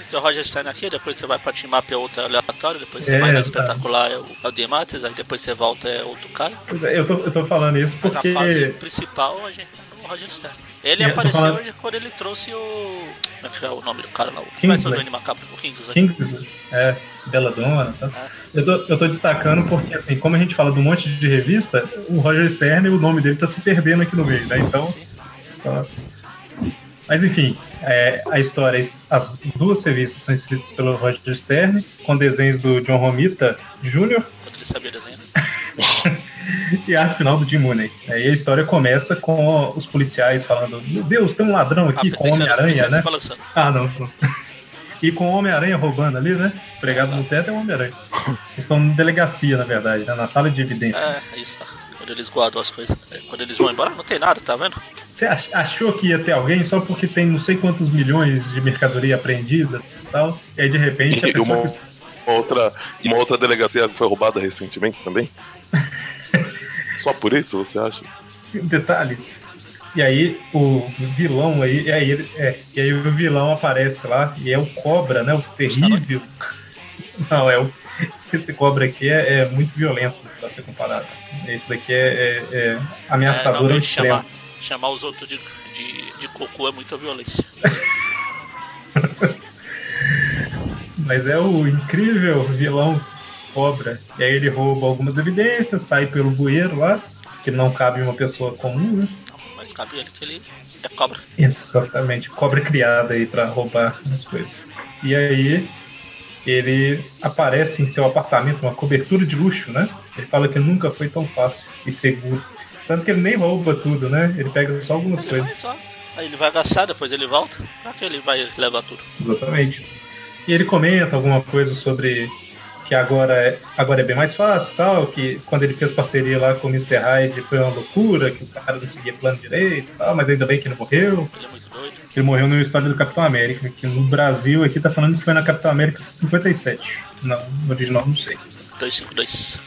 Tem o Roger Stein aqui, depois você vai pra Team Up é outro aleatório, depois você
É,
vai no
tá.
espetacular é o, é o The Matters, aí depois você volta é outro cara.
Pois é, Eu tô, eu tô falando isso
Mas
porque.
a fase principal a gente tá no Roger Stein. Ele
É, eu tô
apareceu
falando-
hoje quando ele trouxe o. Como é que é o nome do cara lá? O que
Kingsley.
vai ser o Dani Macabro? O Kingsley.
Kingsley, é, Bela Dona, tá?
Ah.
Eu tô, eu tô destacando porque, assim, como a gente fala de um monte de revista, o Roger Stern, o nome dele tá se perdendo aqui no meio, né? Então,
Sim.
só... Mas enfim, é, a história, as duas revistas são escritas pelo Roger Stern, com desenhos do John Romita Jr.
Quando ele sabia desenhar. Ah,
e a final do Jim Mooney. Aí a história começa com os policiais falando, meu Deus, tem um ladrão
Ah,
aqui com
pensei que era
Homem-Aranha,
princesa
né?
se balançando.
Ah, não. não. E com o Homem-Aranha roubando ali, né? Pregado no teto é o Homem-Aranha. Eles estão na delegacia, na verdade, né? na sala de evidências.
É, é isso. Quando eles guardam as coisas. É, Quando eles vão embora, não tem nada, tá vendo?
Você ach- achou que ia ter alguém só porque tem não sei quantos milhões de mercadoria apreendida e tal? E aí, de repente, a
e uma,
pessoa que...
uma outra, uma outra delegacia que foi roubada recentemente também? Só por isso, você acha?
detalhes. E aí o vilão aí, e aí, ele- é, e aí o vilão aparece lá, e é o cobra, né? O terrível. Não, é o. Esse cobra aqui é, é muito violento pra ser comparado. Esse daqui é, é- é
É,
ameaçador
não,
ao
ele
extremo.
chamar, chamar os outros de, de, de cocô é muita violência.
Mas é o incrível vilão cobra. E aí ele rouba algumas evidências, sai pelo bueiro lá, que não cabe em uma pessoa comum, né?
Não, mas cabe ele que ele é cobra.
Exatamente, cobra criada aí pra roubar as coisas. E aí ele aparece em seu apartamento, uma cobertura de luxo, né? Ele fala que nunca foi tão fácil e seguro. Tanto que ele nem rouba tudo, né? Ele pega só algumas
Ele vai
coisas.
só. Aí ele vai agachar, depois ele volta. Pra que ele vai levar tudo?
Exatamente. E ele comenta alguma coisa sobre que agora é, agora é bem mais fácil tal, que quando ele fez parceria lá com o Mr. Hyde foi uma loucura, que o cara não seguia plano direito e tal, mas ainda bem que ele morreu.
Ele é muito doido.
Ele morreu no história do Capitão América, que no Brasil aqui tá falando que foi na Capitão América 57. Não, no original não sei.
252.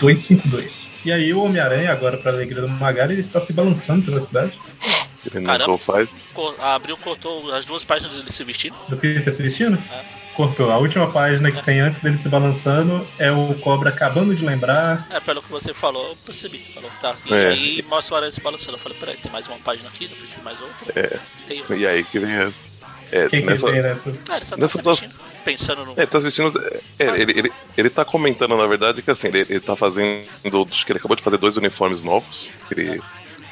252. E aí o Homem-Aranha, agora pra alegria do Magari, ele está se balançando pela cidade.
Ele
Caramba.
não faz.
Co- Abriu, cortou as duas páginas dele se vestindo.
Do tá Peter Celestino?
É.
Cortou. A última página que tem antes dele se balançando é o Cobra acabando de lembrar.
É, pelo que você falou, eu percebi. Falou que tá. E
É.
aí mostra o aranha se balançando. Eu falei, peraí, tem mais uma página aqui, depois tem mais outra. Tem outra.
É. E aí que vem essa. É,
O que, que
nessa,
tem nessas?
Ah, ele só tá
Nessa
se
duas-
vestindo. Pensando no.
É, ele tá assistindo. É, ele, ele, ele tá comentando, na verdade, que assim, ele, ele tá fazendo. Acho que ele acabou de fazer dois uniformes novos. Ele.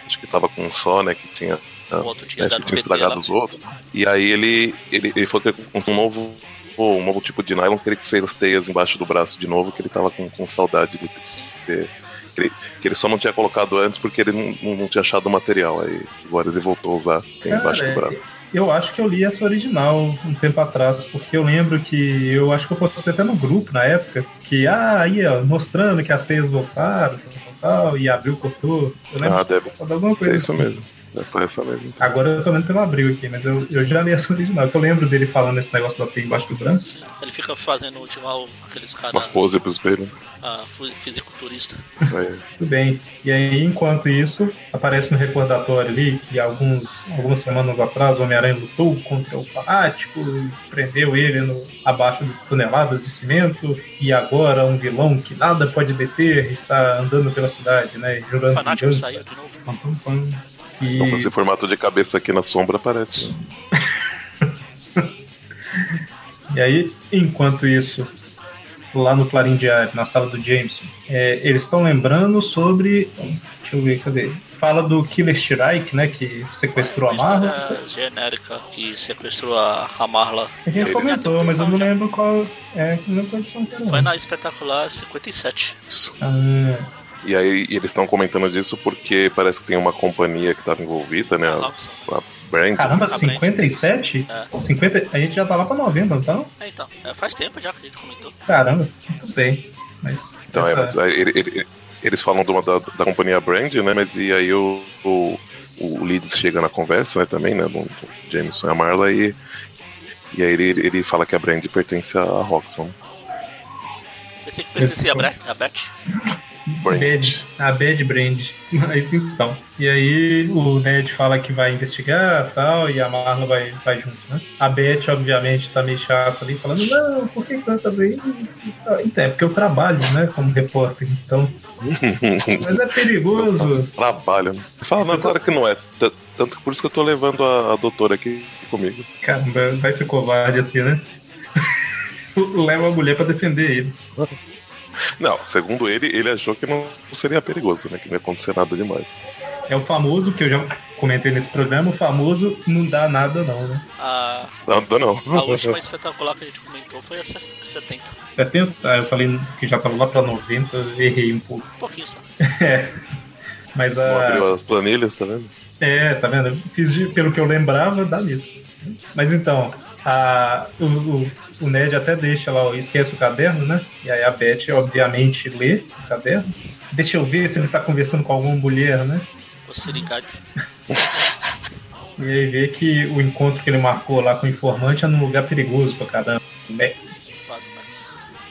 Acho que tava com um só, né? Que tinha.
O outro tinha
né,
dado
que tinha
PT lá.
estragado os outros. E aí ele, ele, ele foi ter um novo. Um novo tipo de nylon que ele fez as teias embaixo do braço de novo, que ele tava com, com saudade de ter.
Sim.
Que ele só não tinha colocado antes porque ele não, não- não tinha achado o material. Aí agora ele voltou a usar tem
Cara,
embaixo
é-
do braço.
Eu acho que eu li essa original um tempo atrás, porque eu lembro que eu acho que eu postei até no grupo na época, que ah, aí, ó, mostrando que as teias voltaram tal, tal, e abriu, cortou. Eu lembro
Ah, deve
só de alguma coisa.
ser isso
assim.
mesmo. É, foi essa mesmo.
Agora eu tô lendo pelo abril aqui, mas eu, eu já li essa original, que eu lembro dele falando esse negócio da teia embaixo do braço.
Ele fica fazendo igual aqueles
Umas
caras
poses né? pro espelho.
ah, fu- fisiculturista.
É.
Tudo bem. E aí, enquanto isso, aparece no recordatório ali que alguns, algumas semanas atrás o Homem-Aranha lutou contra o fanático, e prendeu ele no, abaixo de toneladas de cimento, e agora um vilão que nada pode deter está andando pela cidade, né?
O
Jurando
fanático
vingança.
saiu de novo.
Pam, pam, pam.
Então, com esse
E,
formato de cabeça aqui na sombra parece.
e aí, enquanto isso, lá no Clarim Diário, na sala do Jameson, é, eles estão lembrando sobre. Deixa eu ver, cadê? Fala do Killer Shrike, né? Que sequestrou a Marla.
História genérica que sequestrou a, a Marla.
A gente comentou, mas eu não lembro qual. É, não lembro qual edição que era.
Foi na espetacular 57.
Isso.
Ah,
E aí eles estão comentando disso porque parece que tem uma companhia que estava envolvida, né? A,
Robson.
a Brand.
Ah, caramba, 57?
É.
50, a gente já tá lá pra 90, não tá? não?
É, então, é, faz tempo já que a gente comentou.
Caramba, tudo bem. Mas
Então, é,
essa-
mas aí ele- ele- eles falam de uma da, da companhia Brand, né? Mas e aí o, o, o Leeds chega na conversa, né, também, né? Do, do Jameson e a Marla e. E aí ele, ele fala que a Brand pertence à Roxxon.
Pensei que pertencia a Brett. A Brett.
é
Bad, a Bad Brand. Mas então. E aí o Ned fala que vai investigar e tal, e a Marla vai, vai junto, né? A Beth, obviamente, tá meio chata ali, falando, não, por que você vai fazer isso? e tal?" Então, é porque eu trabalho, né, como repórter, então. Mas é perigoso.
Trabalho, né? Ele Fala, não, claro que não é. T- Tanto que por isso que eu tô levando a, a doutora aqui comigo.
Caramba, vai ser covarde assim, né? Leva a mulher pra defender ele.
Não, segundo ele, ele achou que não seria perigoso, né? Que não ia acontecer nada demais.
É o famoso, que eu já comentei nesse programa, o famoso não dá nada não, né?
A,
Não, não.
a
Uhum.
última espetacular que a gente comentou foi a 70.
70, ah, eu falei que já tava lá pra 90, eu errei um pouco.
Um pouquinho só.
É. Mas
Não
a.
abriu as planilhas, tá vendo?
É, tá vendo? Eu Fiz de- pelo que eu lembrava, dá nisso. Mas então, a, o, o, o Ned até deixa lá, ó, esquece o caderno, né? E aí a Beth, obviamente, lê o caderno. Deixa eu ver se ele tá conversando com alguma mulher, né?
O Sirigate.
E aí vê que o encontro que ele marcou lá com o informante é num lugar perigoso pra caramba, no Nexus.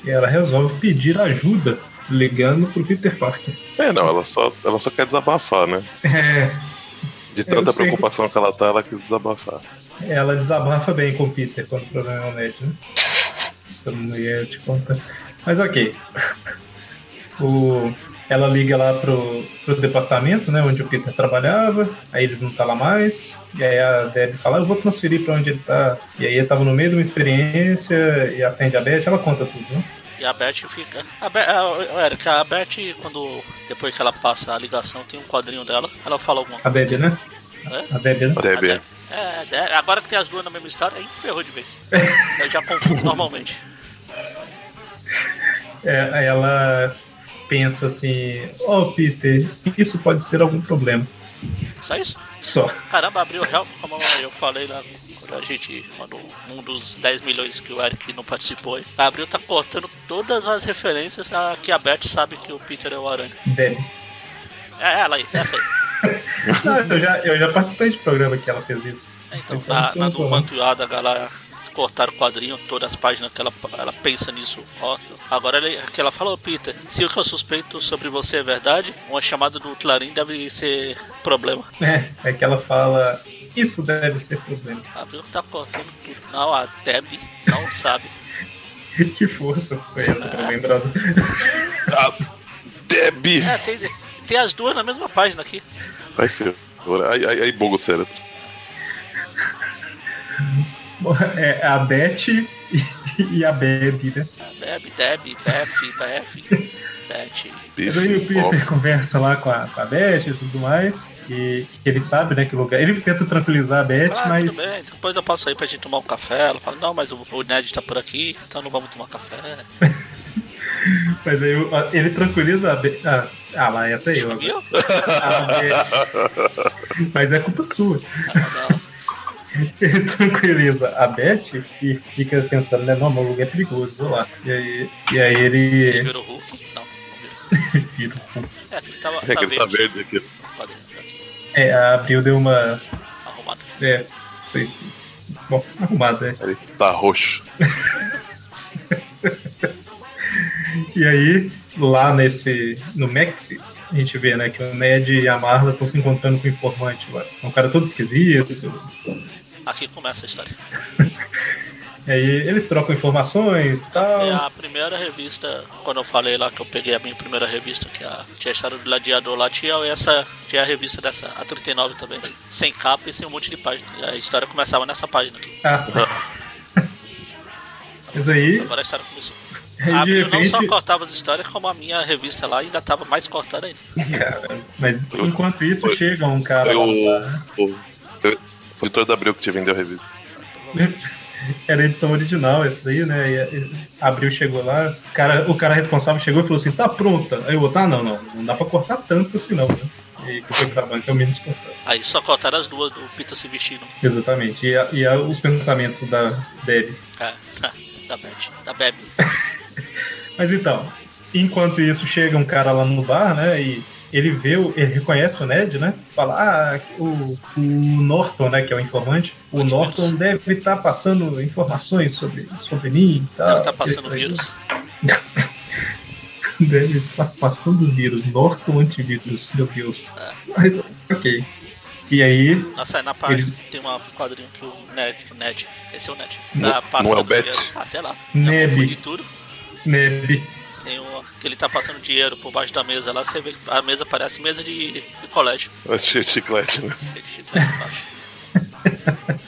E ela resolve pedir ajuda, ligando pro Peter Parker.
É, não, ela só, ela só quer desabafar, né?
É,
De tanta
Eu sei.
preocupação que ela tá, ela quis desabafar.
Ela desabafa bem com o Peter quando o problema é o Ned, né? Essa mulher te conta. Mas ok. O, ela liga lá pro, pro departamento, né? Onde o Peter trabalhava. Aí ele não tá lá mais. E aí a Deb fala, "Ah, eu vou transferir pra onde ele tá. E aí ele tava no meio de uma experiência e atende a Beth, ela conta tudo, né?
E a Beth fica. né? A Be... a- a- Eric, a Beth, quando. Depois que ela passa a ligação, tem um quadrinho dela. Ela fala alguma
A Deb, né?
coisa.
A Deb, né?
Deve, é.
É, é, agora que tem as duas na mesma história, aí ferrou de vez. Eu já confundo normalmente.
É, aí ela pensa assim, ó Peter, isso pode ser algum problema.
Só isso?
Só.
Caramba, abriu real, como eu falei lá quando a gente. Quando um dos 10 milhões que o Eric não participou, aí, a Abril tá cortando todas as referências a que a Beth sabe que o Peter é o aranha.
Deb.
É ela aí, essa aí.
Não, eu já, eu já participei de programa que ela fez isso.
É, Então,
Esse é
na,
um
na
ponto,
do
né?
Mantuada, galera, cortaram o quadrinho, todas as páginas que ela, ela pensa nisso. Ó, agora ele, que ela falou, Peter, se o que eu suspeito sobre você é verdade, uma chamada do Clarim deve ser problema.
É, é que ela fala. Isso deve ser problema.
Abriu tá cortando tudo. Não, a Deb não sabe.
Que força foi essa
Ah.
pra lembrar. do-
A Debbie!
É, tem, tem as duas na mesma página aqui.
Ai, filho. Agora, ai, ai, ai, buga o cérebro.
É Bom, É a Beth e, e a Beth, né?
A É, Deb, Deb, Beth, Beth, Beth.
Mas
Bicho,
aí o Peter
ó,
conversa lá com a, com a Beth e tudo mais. E que ele sabe, né, que lugar. Ele tenta tranquilizar a Beth,
Ah,
mas.
tudo bem, depois eu passo aí pra gente tomar um café. Ela fala, não, mas o, o Ned tá por aqui, então não vamos tomar café.
Mas aí o- a- ele tranquiliza a Beth. Ah, ah, lá é até eu agora.
Viu?
A Beth. Mas é culpa sua.
Ah, não.
Ele tranquiliza a Beth e fica pensando, né? Não, meu lugar é perigoso, vou lá. E aí, e aí
Ele
ele
virou Hulk? Não, não virou.
vira o cu.
É, aqui que tava,
é
tá
que ele tá
verde.
verde aqui.
Quadrinho aqui,
É, a Abril deu uma.
arrumado.
É, não sei se. Bom, arrumada, né?
Ele tá roxo.
E aí, lá nesse. No Maxis, a gente vê, né, que o Ned e a Marla estão se encontrando com o informante lá. É um cara todo esquisito.
Aqui começa a história.
E aí eles trocam informações e tal.
É a primeira revista, quando eu falei lá que eu peguei a minha primeira revista, que é a, tinha a história do Gladiador lá, tinha essa, tinha a revista dessa, a 39 também. Sem capa e sem um monte de página. E a história
Tá.
começava nessa página aqui.
Ah. Mas aí
Agora a história começou.
Aí,
A
É de
Abril não só
repente-
cortava as histórias, como a minha revista lá ainda tava mais cortada ainda.
Cara, mas enquanto isso,
Foi-
chega um cara
Foi
lá,
o.
né?
o foi o Tor da Abril que te vendeu a revista.
era a edição original, essa daí, né? E, e, abriu, chegou lá, o cara, o cara responsável chegou e falou assim, tá pronta. Aí eu outro, ah, não, não, não dá pra cortar tanto assim não, né? E que foi pra banca, eu menos cortado.
Aí só cortaram as duas do Peter se vestindo.
Exatamente. E, a- e a- os pensamentos da Debbie.
É, da Beth, da Beb.
Mas então, enquanto isso, chega um cara lá no bar, né? E ele vê, o, ele reconhece o Ned, né? Fala, ah, o, o Norton, né? Que é o informante. O
Muito
Norton
menos.
deve estar passando informações sobre, sobre mim e tal.
Ela tá passando vírus.
Deve estar passando vírus. Norton antivírus, meu Deus.
É.
Mas, ok. E aí,
Nossa, aí na página
Eles-
tem uma um quadrinho que o Ned, o Ned, esse é o Ned.
Não-
Tá passando
não é o Bet?
dinheiro. Ah, sei lá.
Neb.
de tudo.
Neb.
Tem um que ele tá passando dinheiro por baixo da mesa lá, você vê que a mesa parece mesa de, de colégio.
Achei o chiclete, né?
Ele chega lá embaixo.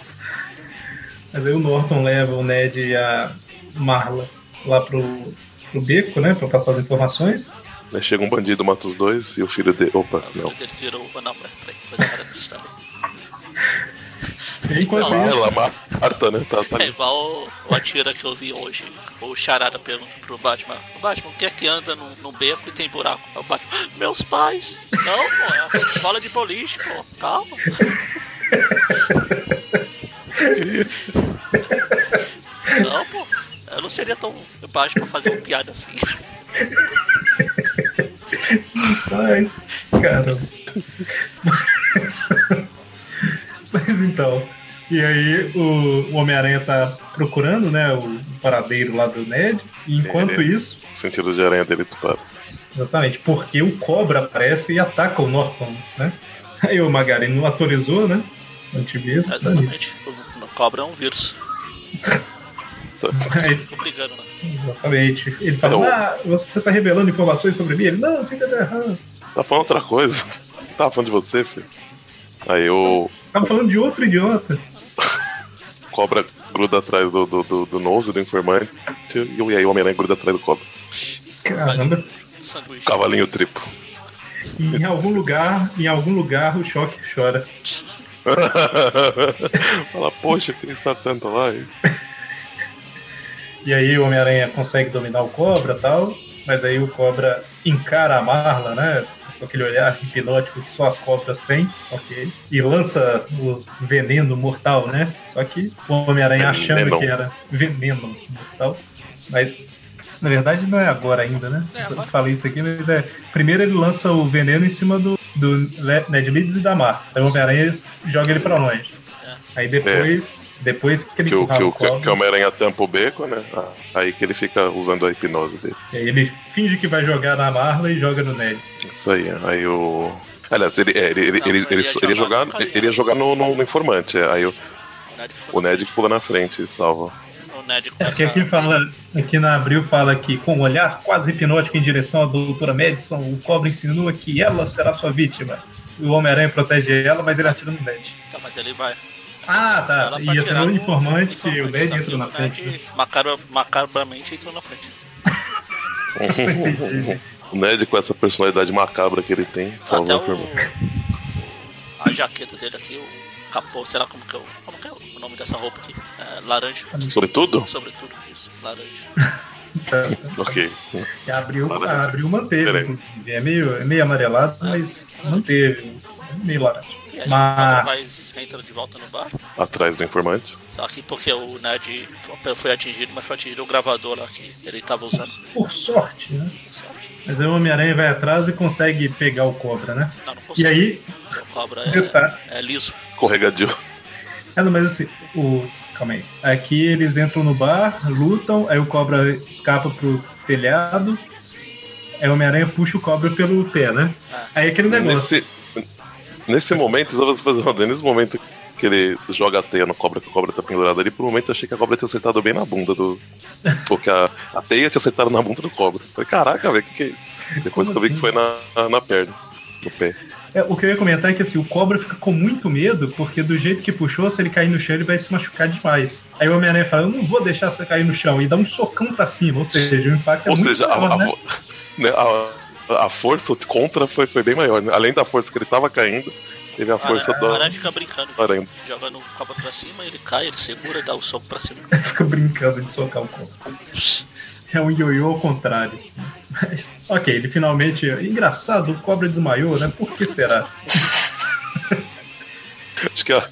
Mas aí o Norton leva o Ned e a Marla lá pro, pro beco, né? Pra passar as informações.
Aí Chega um bandido, mata os dois e o filho dele. Opa,
O filho
não.
dele virou. ah, Não, peraí, coisa errada dessa história.
Enquanto
Ah,
isso,
ela mata, né? Tá, tá
É
ali.
igual o Atira que eu vi hoje. O Charada pergunta pro Batman: "O Batman, o que é que anda num, num beco e tem buraco? Aí O Batman: Meus pais! Não, pô, é uma bola de boliche, pô, calma. Não, pô, eu não seria tão baixo pra fazer uma piada assim.
Ai, cara. Mas, mas então. E aí o, o Homem-Aranha tá procurando, né? O paradeiro lá do Ned. E enquanto
É.
isso.
O sentido de aranha dele dispara.
Exatamente, porque o cobra aparece e ataca o Norton, né? Aí o Magari não autorizou, né? Antivírus. tá ali.
Exatamente. O- o Cobra é um vírus.
Tá.
Mas,
Fico brigando, né?
exatamente. Ele falou,
Eu-
ah, você tá revelando informações sobre mim? Ele, não, você tá errado.
Tá falando outra coisa. Tava falando de você, filho. Aí o
Tava falando de outro idiota.
cobra gruda atrás do, do, do, do Nose, do informante. E aí o Homem-Aranha gruda atrás do cobra.
Caramba.
Sanduíche.
Cavalinho triplo.
Em algum lugar, em algum lugar o choque chora.
Fala, poxa, eu queria estar tanto lá. E
E aí o Homem-Aranha consegue dominar o cobra tal, mas aí o cobra encara a Marla, né? Com aquele olhar hipnótico que só as cobras têm, ok? E lança o veneno mortal, né? Só que o Homem-Aranha achando
Veneno.
que era veneno mortal. Mas na verdade não é agora ainda, né?
É,
Eu
agora.
falei isso aqui, mas é. Primeiro ele lança o veneno em cima do, do Le- Ned Leeds e da Marla. Aí o Homem-Aranha joga ele pra longe.
É.
Aí depois. Depois que ele
É. Que o, que,
encurrala
o, que, o-
cobra-
que o Homem-Aranha tampa o beco, né? Ah, aí que ele fica usando a hipnose dele.
E aí ele finge que vai jogar na Marla e joga no Ned.
Isso aí. Aí o. Aliás, ele, é, ele, ele,
Não,
ele,
mas
ele
ia
só- ele ia
jogar
jogar,
no carinha.
ele ia jogar no, no, no informante. é. Aí o,
O Ned ficou-
o Ned que pula na frente e salva.
O Ned
É
começa
porque aqui fala, aqui na Abril fala que com um olhar quase hipnótico em direção à doutora Madison, o cobra insinua que ela será sua vítima. O Homem-Aranha protege ela, mas ele atira no Ned.
Tá, mas ele vai.
Ah, tá.
Ela
E
pra
esse é
tirar
o
o
informante,
informante,
o Ned
só que
entra na
o
frente. né?
Ned macabra- macabramente entrou na frente. é um
O Ned com essa personalidade macabra que ele tem,
Até
salva o
o,
informante.
o- A jaqueta dele aqui, o capô, sei lá como que é o, como que é o nome dessa roupa aqui. É, laranja.
Sobretudo?
Sobretudo, isso, laranja.
Tá.
Ok.
E a Abril,
Laranja.
a Abril manteve,
Beleza.
inclusive. É meio, é meio amarelado, mas manteve. É Meio laranja.
Ah. E aí
Mas-
o vai entra de volta no bar.
Atrás do informante.
Só que porque o Ned foi- foi atingido, mas foi atingido o gravador lá que ele tava usando.
Por sorte, né?
Sorte.
Mas aí o Homem-Aranha vai atrás e consegue pegar o cobra, né?
Não, não
E
consigo.
aí,
O cobra
Tá.
é, é liso.
Escorregadio.
Ah, não, mas assim, o. Calma aí. Aqui eles entram no bar, lutam, aí o cobra escapa pro telhado. Aí o Homem-Aranha puxa o cobra pelo pé, né?
Ah.
Aí aquele negócio.
Nesse, nesse momento, só você fazer uma ideia, nesse momento que ele joga a teia no cobra, que o cobra tá pendurado ali, por um momento eu achei que a cobra tinha acertado bem na bunda do. Porque a, a teia tinha acertado na bunda do cobra. Falei, caraca, velho, o que, que é isso? Depois
Como
que eu vi
assim?
que foi na, na perna, no pé.
É, o que eu ia comentar é que assim, o Cobra fica com muito medo, porque do jeito que puxou, se ele cair no chão, ele vai se machucar demais. Aí o Homem-Aranha fala, eu não vou deixar você cair no chão, e dá um socão pra cima, ou seja, o impacto
Ou
é muito
seja, a,
maior,
a
né?
vo- né, a- a força contra foi, foi bem maior. né? Além da força que ele tava caindo, teve a força
O
do
Aranha fica brincando.
aranha.
Joga no cobra pra cima, ele cai, ele segura, dá o soco pra cima.
Fica brincando de socar o Cobra.
Pss,
É um ioiô ao contrário. Mas, ok, ele finalmente. Engraçado, o Cobra desmaiou, né? Por que será?
Acho que, a,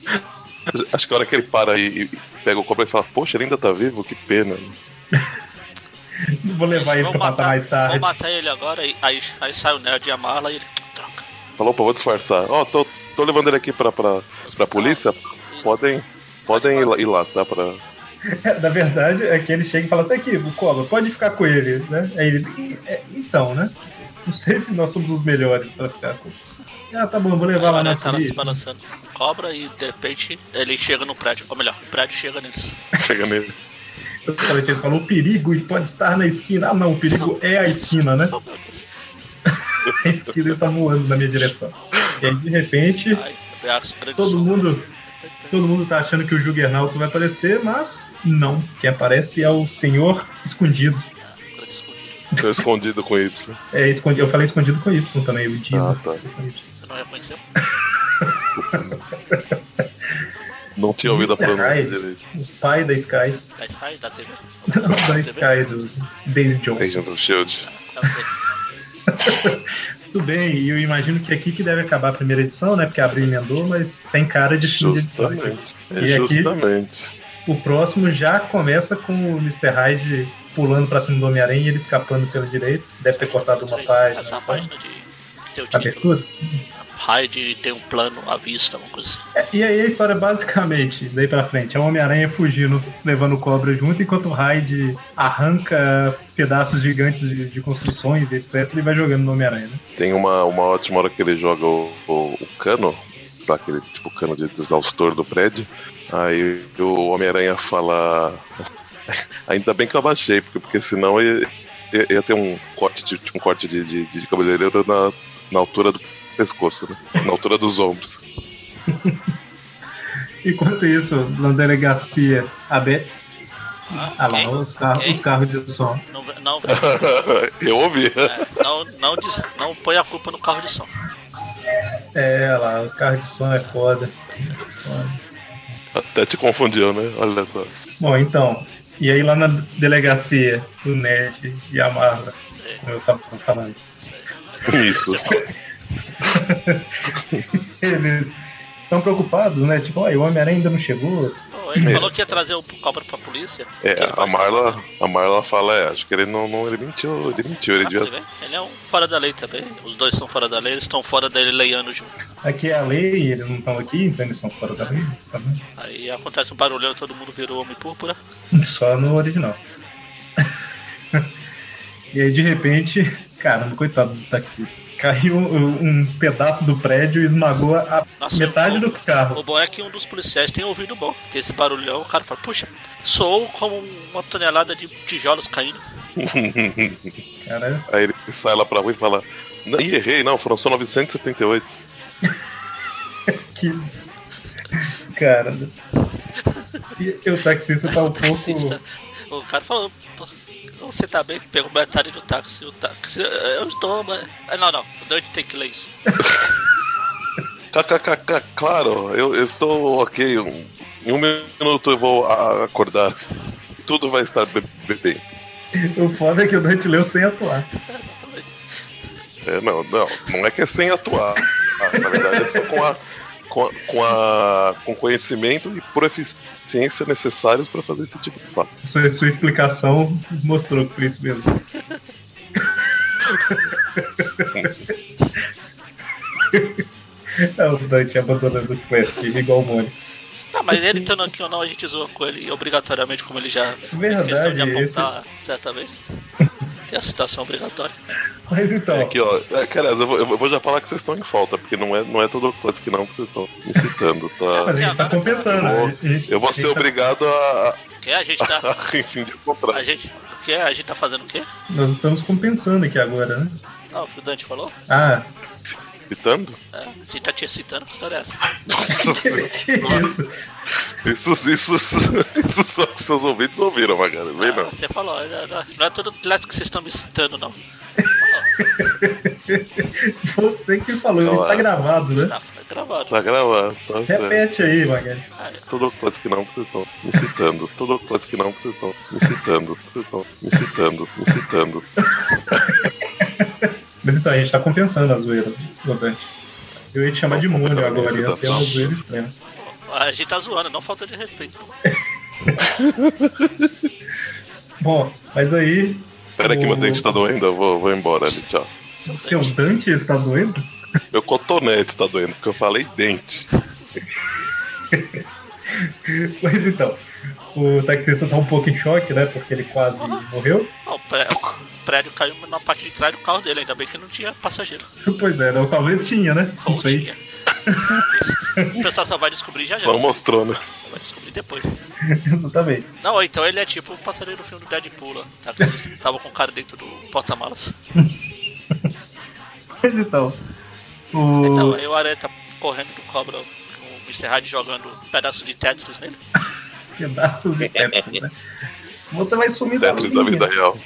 acho que a hora que ele para e, e pega o cobra e fala, poxa, ele ainda tá vivo? Que pena.
Não vou levar ele
vão
pra matar mais
Vão
tarde.
matar ele agora, e- aí, aí sai o Nerd e a mala e ele. Troca.
Falou, opa, vou disfarçar. Ó, tô, tô levando ele aqui pra, pra, pra polícia. Podem, podem ir, lá, ir lá, tá? Pra...
É, Na verdade, é que ele chega e fala assim: aqui, o Cobra, pode ficar com ele, né? Aí eles, "E- é, então, né? Não sei se nós somos os melhores pra ficar com Ah, tá bom, vou levar lá
Aí
na
tá lá se
polícia.
balançando. Cobra e de repente ele chega no prédio. Ou melhor, o prédio chega neles.
Chega nele.
Eu falei que Ele falou: Então, o perigo ele pode estar na esquina. Ah, não, o perigo é a esquina, né?
Oh, meu Deus.
A esquina está voando na minha direção. E aí, de repente,
Aí, vem as grandes
todo
sombras.
mundo Todo mundo tá achando que o Juggernaut vai aparecer, mas não. Quem aparece é o senhor escondido.
Grande escondido.
Tô escondido com Y.
É escondido. Eu falei escondido com Y também, o Dido.
Ah, tá.
com Y.
Você não reconheceu?
Não tinha ouvido a
Mr.
pronúncia
Hyde.
direito.
O pai da Sky.
Da Sky, da TV.
Não,
Ah, tá
da Sky, do Daisy Jones.
Agent of Shield.
É o quê?
Tudo bem, e eu imagino que aqui que deve acabar a primeira edição, né? Porque abriu e emendou, mas tem cara de fim de edição. isso aqui.
Justamente. É
E aqui-
justamente.
O próximo já começa com o Mr. Hyde pulando pra cima do Homem-Aranha e ele escapando pelo direito. Deve ter cortado uma página.
Essa
né?
página de. que tem o título.
Abertura?
Hyde tem um plano à vista, uma coisa assim.
E aí a história basicamente, daí pra frente, é o Homem-Aranha fugindo, levando o cobra junto, enquanto o Hyde arranca pedaços gigantes de, de construções, etc, e vai jogando no Homem-Aranha, né?
Tem uma, uma ótima hora que ele joga o, o- o cano, lá, aquele tipo cano de exaustor do prédio. Aí o Homem-Aranha fala. Ainda bem que eu abaixei, porque, porque senão ia, ia, ia ter um corte, de- tipo, um corte de, de, de cabeleireiro na, na altura do pescoço, né? Na altura dos ombros.
Enquanto isso, na delegacia aberta. Ah lá,
ok.
os, carros-
ok.
os carros de som.
Não, ve- não,
eu ouvi.
é, não, não, des- não põe a culpa no carro de som.
É, olha lá, os carros de som é foda. Foda.
Até te confundiu, né? Olha só.
Bom, então, e aí lá na delegacia do Nerd e a Marla,
É,
como eu tava falando.
Isso.
Eles estão preocupados, né? Tipo, ó, o Homem-Aranha ainda não chegou.
Pô, ele falou que ia trazer o cobra pra polícia.
É,
Que ele
a
pode-
Marla, a Marla fala, é, acho que ele não, não ele mentiu, ele mentiu, ele
Ah,
devia
tudo bem. Ele é um fora da lei também. Os dois estão fora da lei, eles estão fora dele leiando junto.
Aqui é a lei, eles não estão aqui, então eles são fora da lei. tá bom?
Aí acontece um barulhão e todo mundo virou homem púrpura.
Só no original. e aí, de repente, caramba, coitado do taxista. Caiu um um pedaço do prédio e esmagou a
Nossa,
metade
o-
do carro.
O bom é que um dos policiais tem ouvido bom. Tem esse barulhão, o cara fala, puxa, soou como uma tonelada de tijolos caindo.
Cara,
Aí ele sai lá pra rua e fala: "Não, Ih, errei, não, foram só 978.
que. Cara. E e o taxista tá um
O taxista,
pouco.
o cara falou, "Pô, você tá bem? Pegou metade do táxi. O táxi, eu estou, mas... Ah, Não, não, o Dante tem que ler isso.
KKKK, claro, eu, eu estou ok. um- Em um minuto eu vou a- acordar. Tudo vai estar be- be- bem.
O foda é que o Dante leu sem atuar.
É, não, não, não é que é sem atuar. Ah, na verdade, é só com a. Com, a- com, a, com conhecimento e proficiência necessários pra fazer esse tipo de fala.
Sua, sua explicação mostrou que foi isso mesmo. é o Dante abandonando os Classic, igual o Mônio.
Ah, mas ele estando aqui ou não, a gente zoa com ele obrigatoriamente, como ele já fez
Verdade,
questão de apontar certa vez. Tem a citação obrigatória.
Mas então,
Aqui, ó. é, que, aliás, eu vou, eu vou já falar que vocês estão em falta, porque não é, não é todo o clássico não que vocês estão me citando,
mas
tá?
a gente tá compensando.
Eu vou-
a gente-
Eu vou
a gente
ser
tá-
obrigado a,
Que a gente
a
tá...
rescindir o contrato.
A gente... O que? A gente tá fazendo o quê? Ah,
Nós estamos compensando aqui agora, né?
Não, o que o Dante falou?
Ah,
Citando?
É, a gente tá te excitando, que história é essa?
Nossa senhora.
Que isso?
isso, isso, isso, isso só que seus ouvidos ouviram, Magari. Vem
Ah,
não.
Você falou, não, não, não é todo clássico que vocês estão me citando, não.
Você que falou, isso tá
Claro.
gravado, né?
Está gravado.
Tá gravado, tá certo.
Repete aí, Magali.
Ah, é.
Todo clássico não que vocês estão me citando. Todo clássico não que vocês estão me citando. Vocês estão me citando, me citando.
Mas então, a gente tá compensando a zoeira do Dante. Eu ia te chamar de
Não,
Mônio
compensando
agora,
isso,
ia
tá
ser uma
bom.
zoeira extrema.
A gente tá zoando, não falta de respeito.
Bom, mas aí,
Pera que
O-
meu dente tá doendo, eu vou, vou embora ali, tchau.
Seu
seu
dente.
Dante está doendo?
Meu cotonete tá doendo, porque eu falei dente.
Mas então, o taxista tá um pouco em choque, né? Porque ele quase morreu.
Ah, o, pré- o prédio caiu na parte de trás do carro dele, ainda bem que não tinha passageiro.
Pois é, não, talvez tinha, né?
Ou
Não sei.
tinha. O pessoal só vai descobrir já já.
Só mostrou, né?
Vai descobrir depois.
Exatamente.
Não, ou então ele é tipo o passarinho do filme do Deadpool lá. Tá? Que ele Tava com o cara dentro do porta-malas.
Mas então, o.
Então, aí o Aranha tá correndo do cobra, o Mr. Hyde jogando um pedaço de Tetris nele.
Pedaços de Tetris, né? Você vai sumir da
Tetris da vida real.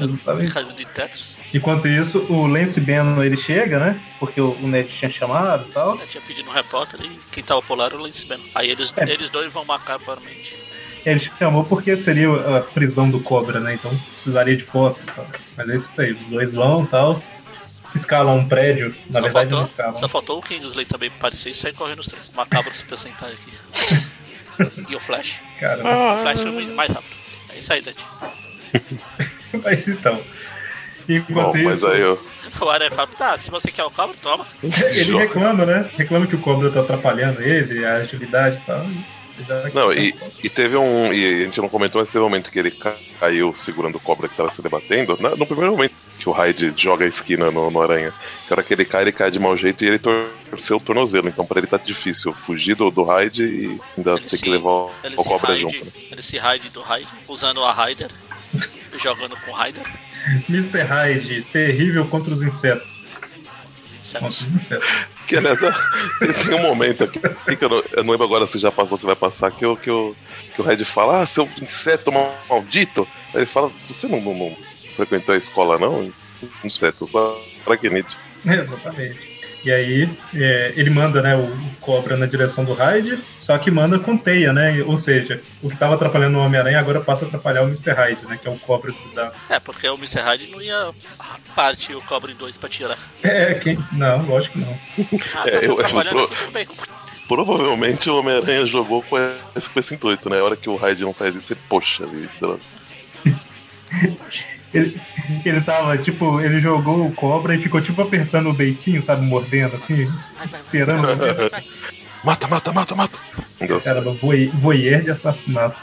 Exatamente.
Caiu de Tetris.
Enquanto isso, o Lance Bannon ele chega, né? Porque o o Ned tinha chamado e tal.
Eu tinha pedido um repórter e quem tava por lá era o Lance Bannon. Aí eles,
É.
eles dois vão marcar para a mente.
Ele chamou porque seria a prisão do Cobra, né? Então precisaria de foto e tal. Mas é isso aí, os dois vão e tal. Escalam um prédio, na
só,
verdade não
faltou,
escalam.
só faltou o Kingsley também parecer e sair correndo os três. Macabro se apresentar aqui. e o Flash.
Caramba.
O Flash foi muito mais rápido. É isso aí, Dante.
Mas então.
Bom,
Enquanto
mas
isso,
aí eu.
O Aranha fala, tá, se você quer o cobra, toma.
ele
jogo.
reclama, né? Reclama que o Cobra tá atrapalhando ele, a agilidade e tal. Ele dá- tá.
Não, e, e teve um. E a gente não comentou, mas teve um momento que ele ca- caiu segurando o cobra que tava se debatendo. Na- no primeiro momento que o Hyde joga a esquina no, no aranha. Que a hora que ele cai, ele cai de mau jeito e ele torceu o tornozelo. Então pra ele tá difícil fugir do, do Hyde e ainda
Ele
ter
se-
que levar o,
Ele
o
se
cobra
raide,
junto. né?
ele se raide do raid, usando a Raider, jogando com Raider.
Mr. Hyde, terrível contra os insetos.
Certo?
Contra os insetos.
Que aliás, tem um momento aqui que eu não, eu não lembro agora se já passou, se vai passar, que, eu, que, eu, que o Red fala, ah, seu inseto mal- maldito. Aí ele fala, você não, não- não frequentou a escola, não? Inseto, só aracnide.
É, Exatamente. E aí, é, ele manda, né, o o Cobra na direção do Hyde, só que manda com teia, né? Ou seja, o que tava atrapalhando o Homem-Aranha agora passa a atrapalhar o Mr. Hyde, né? Que é o Cobra que dá.
É, porque o Mr. Hyde não ia partir o cobra em dois pra tirar.
É, quem? Não, lógico que não.
Ah,
É,
tá
eu- eu
trabalhando
tô-
aqui, tudo bem.
Provavelmente o Homem-Aranha jogou com esse, com esse intuito, né? A hora que o Raid não faz isso, ele, poxa, ele, droga.
Ele, ele tava, tipo, ele jogou o Cobra e ficou, tipo, apertando o beicinho, sabe? Mordendo, assim,
Vai, vai, vai.
esperando. né?
mata, mata, mata, mata. Não deu certo.
Caramba, voye- voyeur de assassinato.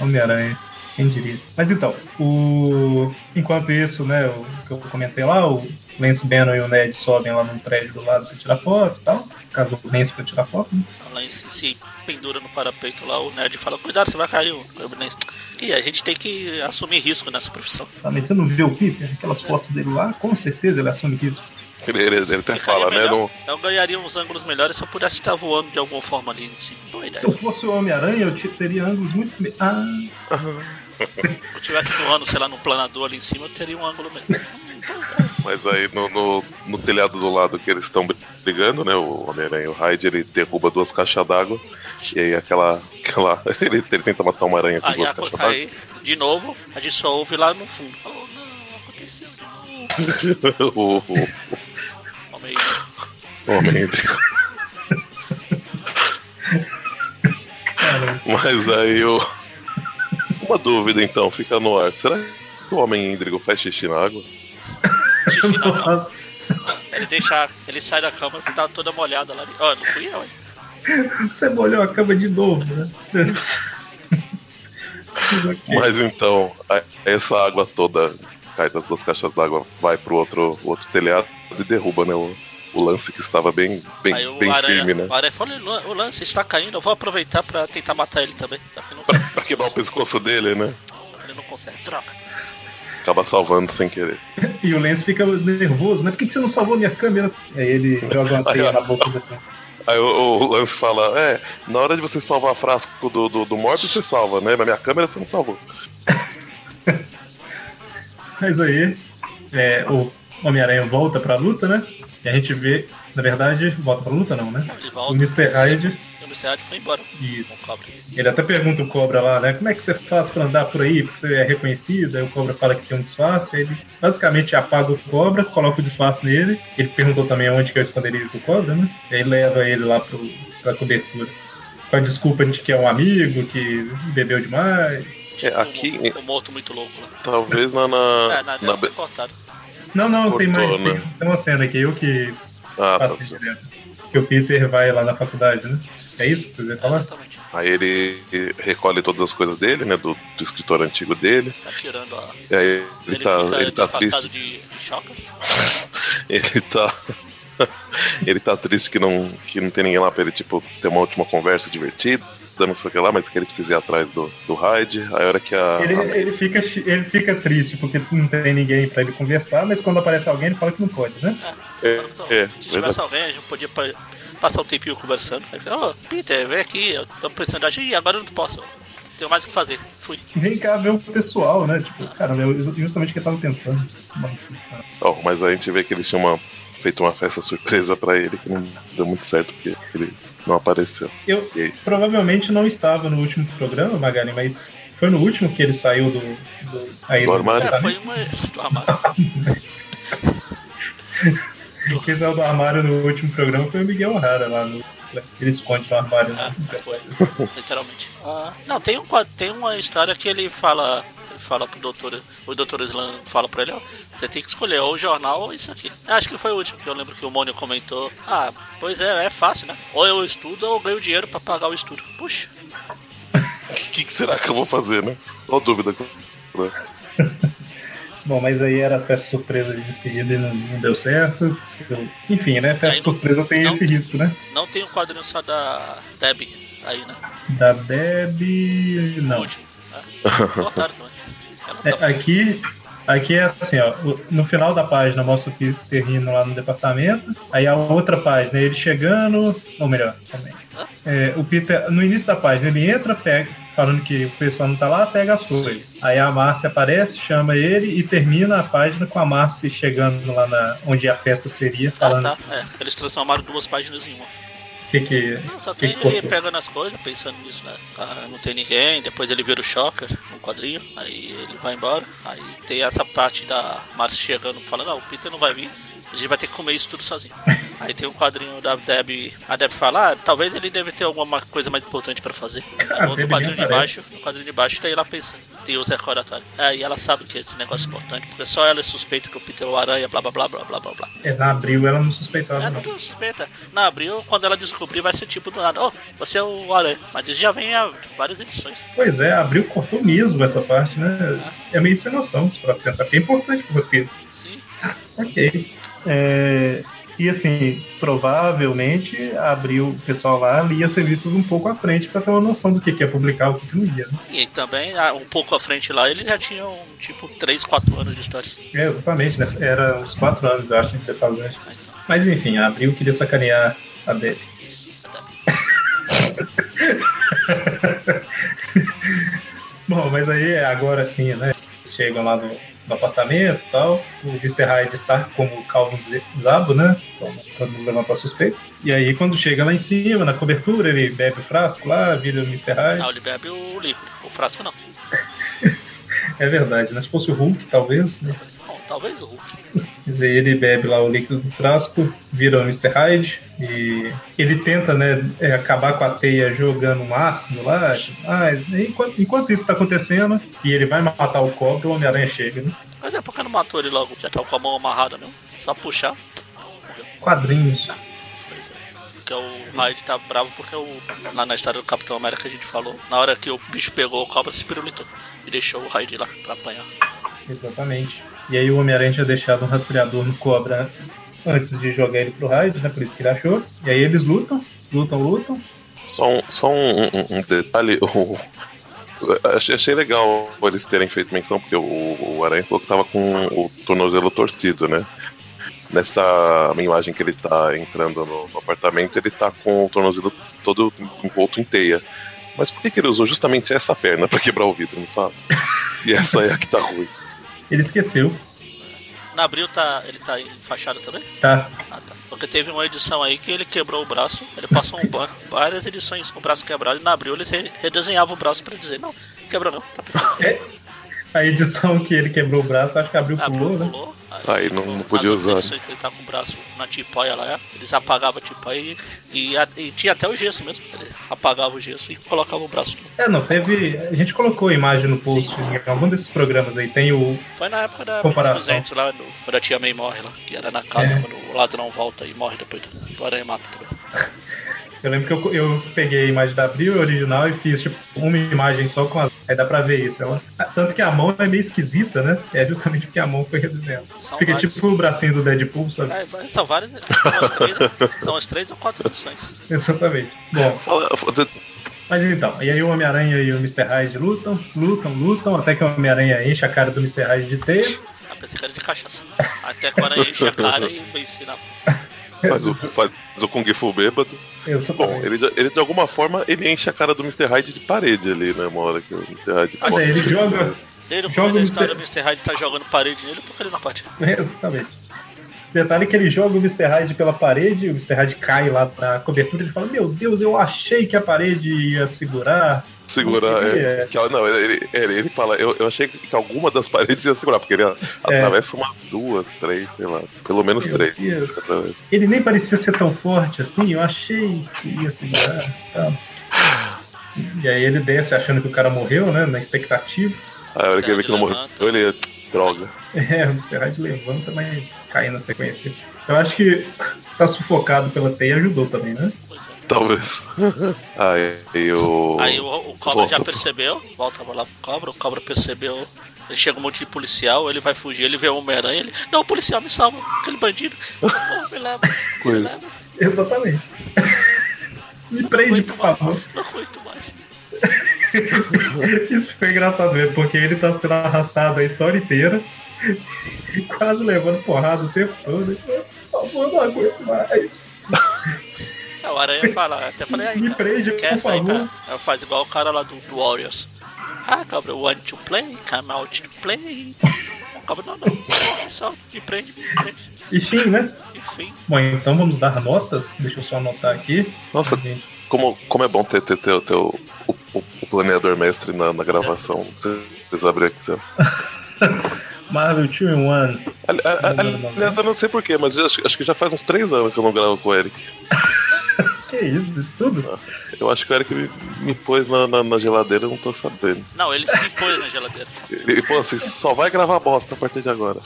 Homem-Aranha. Quem diria? Mas então, o... enquanto isso, né, o que eu comentei lá, o Lance Bannon e o Ned sobem lá num prédio do lado pra tirar foto e tal. Caso o Lance pra tirar foto. né?
Lá em se, se pendura no parapeito lá, o nerd fala, cuidado, você vai cair. O Ebenezer, E a gente tem que assumir risco nessa profissão.
Exatamente. Você não vê o Peter? Aquelas fotos dele lá, com certeza ele assume risco.
Ele, ele, ele até
Ficaria
fala, né?
é melhor-
Não,
Eu ganharia uns ângulos melhores se eu pudesse estar voando de alguma forma ali. Assim, boa
Se
ideia.
eu fosse o Homem-Aranha, eu te- teria ângulos muito. me- Ah,
Se eu estivesse voando, sei lá, num planador ali em cima, eu teria um ângulo melhor.
Mas aí no, no- no telhado do lado que eles estão brigando, né? O Homem-Aranha e o Hyde, ele derruba duas caixas d'água. E aí aquela. aquela ele, ele tenta matar uma aranha com
Aí,
duas
aco-
caixas d'água.
aí, de novo, a gente só ouve lá no fundo. Oh, não, aconteceu de novo.
o, o,
Homem,
o homem entra.
cara,
Mas aí o. Uma dúvida então, fica no ar. Será que o homem hídrico faz xixi na água?
xixi
eu
na
não
cama.
faço.
Ele deixa, ele sai da cama e tá toda molhada lá. Ó, não fui eu, hein?
Você molhou a cama de novo, né? Ok.
Mas então, a- essa água toda cai das duas caixas d'água, vai pro outro, outro telhado e derruba, né? O, o lance que estava bem, bem,
Aí o
bem
aranha,
firme, né?
o aranha falou, "Lan- o lance está caindo, eu vou aproveitar pra tentar matar ele também. Só que não,
Pra quebrar o pescoço dele, né?
ele não consegue, droga.
Acaba salvando sem querer.
E o Lance fica nervoso, né? Por que, que você não salvou minha câmera? Aí ele joga uma teia na boca do
Aí o, o Lance fala: É, na hora de você salvar a frasco do, do, do Morbius, você salva, né? Na minha câmera você não salvou.
Mas aí é, o Homem-Aranha volta pra luta, né? E a gente vê, na verdade, volta pra luta não, né?
Ele
O
volta.
Mr. Hyde,
O Mr. Hyde foi embora.
Isso.
Com o cobre.
ele até pergunta o Cobra lá, né? Como é que você faz pra andar por aí? Porque você é reconhecido. Aí o Cobra fala que tem um disfarce. Aí ele basicamente apaga o Cobra, coloca o disfarce nele. Ele perguntou também onde que é o esconderijo do Cobra, né? E aí leva ele lá pro, pra cobertura. Com a desculpa de que é um amigo, que bebeu demais.
É, aqui,
Um, um morto muito louco lá.
talvez na. na,
É, na,
na
na...
be-
cortado.
Não, não, tem mais.
Cortou,
Tem,
né?
tem uma cena aqui, eu que
Ah, tá.
passei direto. Que o Peter vai lá na faculdade, né? É isso que vocês iam falar?
Exatamente.
Aí ele recolhe todas as coisas dele, né? Do, do escritor antigo dele.
Tá tirando a.
E aí ele, tá, ele tá
disfarçado
triste.
de, de choca.
Ele tá. ele tá triste que não, que não tem ninguém lá pra ele, tipo, ter uma última conversa divertida, não sei o que lá, mas que ele precisa ir atrás do, do Hyde. Aí a hora que a.
Ele,
a
ele,
Maze-
fica, chi- ele fica triste porque não tem ninguém pra ele conversar, mas quando aparece alguém ele fala que não pode, né?
É,
Então,
é,
se
verdade.
tivesse alguém, a gente podia pa- passar um tempinho conversando. Aí, Ô, Peter, vem aqui, eu tô precisando de ajuda e agora eu não posso. Tenho mais o que fazer. Fui.
Vem cá ver o pessoal, né? Tipo, cara, eu- justamente o que eu tava pensando. Bom, isso, cara.
Ó, mas a gente vê que eles tinham uma- feito uma festa surpresa pra ele, que não deu muito certo, porque ele não apareceu.
Eu
E aí?
provavelmente não estava no último programa, Magari, mas foi no último que ele saiu do. do aí
Do
do-
armário?
tá?
É, foi uma. do armário.
Quem saiu do armário no último programa foi o Miguel O'Hara lá no. Ele esconde no armário.
Ah,
né?
foi. Literalmente. Ah, não, tem, um, quad- tem uma história que ele fala. Ele fala pro doutor. O doutor Slam fala pra ele, ó. Você tem que escolher ou o jornal ou isso aqui. Eu Acho que foi o último, que eu lembro que o Mônio comentou. Ah, pois é, é fácil, né? Ou eu estudo ou eu ganho dinheiro pra pagar o estudo. Puxa,
O que, que será que eu vou fazer, né? Qual dúvida?
Bom, mas aí era festa surpresa de despedida e não, não deu certo. Eu- enfim, né? Festa
Aí não-
surpresa tem
não-
esse risco, né?
não tem um quadrinho só da Deb aí, né?
Da Deb.
O
Não.
último. né? Cortaram também. Ela
É,
tá-
aqui, aqui é assim, ó. o- No final da página mostra o Peter rindo lá no departamento. Aí a outra página, ele chegando. Ou melhor, também. É, o Peter, no início da página, ele entra, pega, falando que o pessoal não tá lá, pega as coisas. Aí a Márcia aparece, chama ele e termina a página com a Márcia chegando lá na, onde a festa seria,
Ah,
falando
tá. É, eles transformaram duas páginas em uma.
o que, que
Não, só
Que
tem
que
ele
cortou?
pegando as coisas, pensando nisso, né? Ah, não tem ninguém, depois ele vira o Shocker no quadrinho, aí ele vai embora. Aí tem essa parte da Marcia chegando falando, não, o Peter não vai vir, a gente vai ter que comer isso tudo sozinho. aí tem um quadrinho da Deb, a Deb fala, ah, talvez ele deve ter alguma coisa mais importante pra fazer.
A
No outro
Deb
quadrinho
nem
de baixo, no quadrinho de baixo, tem ela pensando, tem os recordatórios. Aí ela sabe que esse negócio é importante, porque só ela é suspeita que o Peter é o aranha, blá blá blá blá blá blá blá.
É, na abril ela não suspeitava,
Ela
não.
não suspeita. Na abril, quando ela descobrir, vai ser tipo do nada. Oh, você é o Aranha. Mas isso já vem há várias edições.
Pois é, abril cortou mesmo essa parte, né? É meio sem noção, se for pensar, porque é importante pro roteiro.
Sim.
Ok. É, e assim, provavelmente abriu o pessoal lá, lia as revistas um pouco à frente pra ter uma noção do que, que ia publicar, o que, que não ia. Né?
E também, ah, um pouco à frente lá, eles já tinham, tipo, 3, 4 anos de história.
É, exatamente, né? era uns quatro anos, eu acho, que você falou, né?
Ah, então,
Mas enfim, a abril queria sacanear a Debbie.
isso, adapta.
Bom, mas aí agora sim, né? Eles Chegam lá no, no apartamento e tal. O Mr. Hyde está como calvo Z- zabo, né? Como Quando levantar suspeitos. E aí, quando chega lá em cima, na cobertura, ele bebe o frasco lá, vira o Mr. Hyde.
Não, ele bebe o líquido. O frasco não.
É verdade, né? Se fosse o Hulk, talvez. Mas...
Bom, talvez o Hulk.
Mas aí ele bebe lá o líquido do frasco, vira o Mr. Hyde. E ele tenta, né? é, acabar com a teia jogando um ácido lá. Ah, enquanto, enquanto isso está acontecendo, e ele vai matar o cobra, o Homem-Aranha chega, né?
Mas é porque não matou ele logo. Já tava com a mão amarrada mesmo. Só puxar. Morreu.
Quadrinhos.
Pois é. Porque o Hyde tá bravo porque o, lá na história do Capitão América a gente falou. Na hora que o bicho pegou o cobra, se pirulitou. E deixou o Hyde lá pra apanhar.
Exatamente. E aí o Homem-Aranha tinha deixado um rastreador no cobra antes de jogar ele pro Hyde, né? Por isso que ele achou. E aí eles lutam, lutam, lutam.
Só um, só um, um- um detalhe, um o, Achei, achei legal eles terem feito menção, porque o, o Aranha falou que tava com o tornozelo torcido, né? Nessa minha imagem que ele tá entrando no, no apartamento, ele tá com o tornozelo todo envolto em teia. Mas por que, que ele usou justamente essa perna pra quebrar o vidro? Me fala. Se essa é a que tá ruim.
Ele esqueceu.
Na Abril tá, ele tá em fachada também?
Tá.
Ah, tá. Porque teve uma edição aí que ele quebrou o braço, ele passou um banco, várias edições com o braço quebrado, e na Abril ele re- redesenhava o braço pra dizer, não, quebra não, tá perfeito.
É, a edição que ele quebrou o braço, acho que abriu pulou,
Abril
né?
pulou.
Aí não- não podia
as outras
usar. né?
edições que ele tava com o braço na tipóia lá, eles apagavam a tipóia e, e, a- e tinha até o gesso mesmo. Ele apagava o gesso e colocava o braço.
É, não, teve. A gente colocou a imagem no post
Sim.
em algum desses programas aí. Tem o.
Foi na época da
Comparação.
200 lá, no- quando a tia May morre lá, que era na casa
É.
quando o ladrão volta e morre depois que o aranha mata também.
Eu lembro que eu, eu peguei a imagem da Abril original e fiz, tipo, uma imagem só com as. Aí dá pra ver isso. Ela... Tanto que a mão é meio esquisita, né? É justamente porque a mão foi reduzindo.
São
Fica
vários.
tipo o bracinho do Deadpool, sabe?
É, mas são várias. São as três, são as três ou quatro edições.
Exatamente. Bom,
Fala- fala-
Mas então, e aí o Homem-Aranha e o Mr. Hyde lutam, lutam, lutam, até que o Homem-Aranha enche a cara do Mr. Hyde de teia.
A pesca é de cachaça. Até que o aranha enche a cara e vence na.
Faz o, faz o Kung Fu bêbado. Bom,
Exatamente.
ele, de- ele de alguma forma ele enche a cara do Mr. Hyde de parede ali, né? Uma hora que o Mr. Hyde.
Mas aí Ah, ele joga.
Desde o
Joga
começo da
o
história, o Mr. Hyde tá jogando parede nele porque ele não parte.
Exatamente. Detalhe que ele joga o Mr. Hyde pela parede, o Mr. Hyde cai lá pra cobertura e ele fala: Meu Deus, eu achei que a parede ia segurar.
Segurar. É, que, ela- não, ele, ele, ele fala, eu, eu achei que alguma das paredes ia segurar, porque ele a-
É.
atravessa uma, duas, três, sei lá. Pelo menos
Meu
três.
Deus.
Atravessa.
Ele nem parecia ser tão forte assim, eu achei que ia segurar. Tá. E aí ele desce achando que o cara morreu, né? Na expectativa.
Aí a hora que ele vê que não morreu,
Levanta.
ele. Droga.
É, o Mr. Hyde levanta, mas cai na sequência. Eu acho que tá sufocado pela teia ajudou também, né?
Pois é.
Talvez. Aí, o.
Aí o, o cobra já
Volta.
percebeu, volta lá pro cobra, o cobra percebeu. Ele chega um monte de policial, ele vai fugir, ele vê o Homem-Aranha, ele. Não, o policial me salva, aquele bandido. Não, me leva.
Coisa.
Exatamente. Me prende, por favor.
Não aguento mais.
Isso foi engraçado mesmo, porque ele tá sendo arrastado a história inteira, quase levando porrada o tempo todo. Por favor, não aguento mais.
Aí É, o Aranha fala, eu até falei, aí,
Me
cara,
prende,
quer
por
sair,
favor.
cara? Aí faz igual o cara lá do, do Warriors. Ah, cobra, want to play, come out to play. Cobra, não, não, só- só me prende, me prende.
Enfim, né?
Enfim,
Bom, então vamos dar notas. Deixa eu só anotar aqui.
Nossa,
Gente,
Como, como é bom ter, ter, ter, ter o, o, o planeador mestre na, na gravação. Vocês abrem aqui, sabe?
Marvel 2 in 1.
Ali- a- a-
Não, não, não.
Aliás, eu não sei porquê, mas eu acho, acho que já faz uns três anos que eu não gravo com o Eric.
Que isso, isso tudo?
Eu acho que o Eric me, me pôs na, na, na geladeira, eu não tô sabendo.
não, ele se pôs na geladeira.
Ele, pô, você só vai gravar bosta a partir de agora.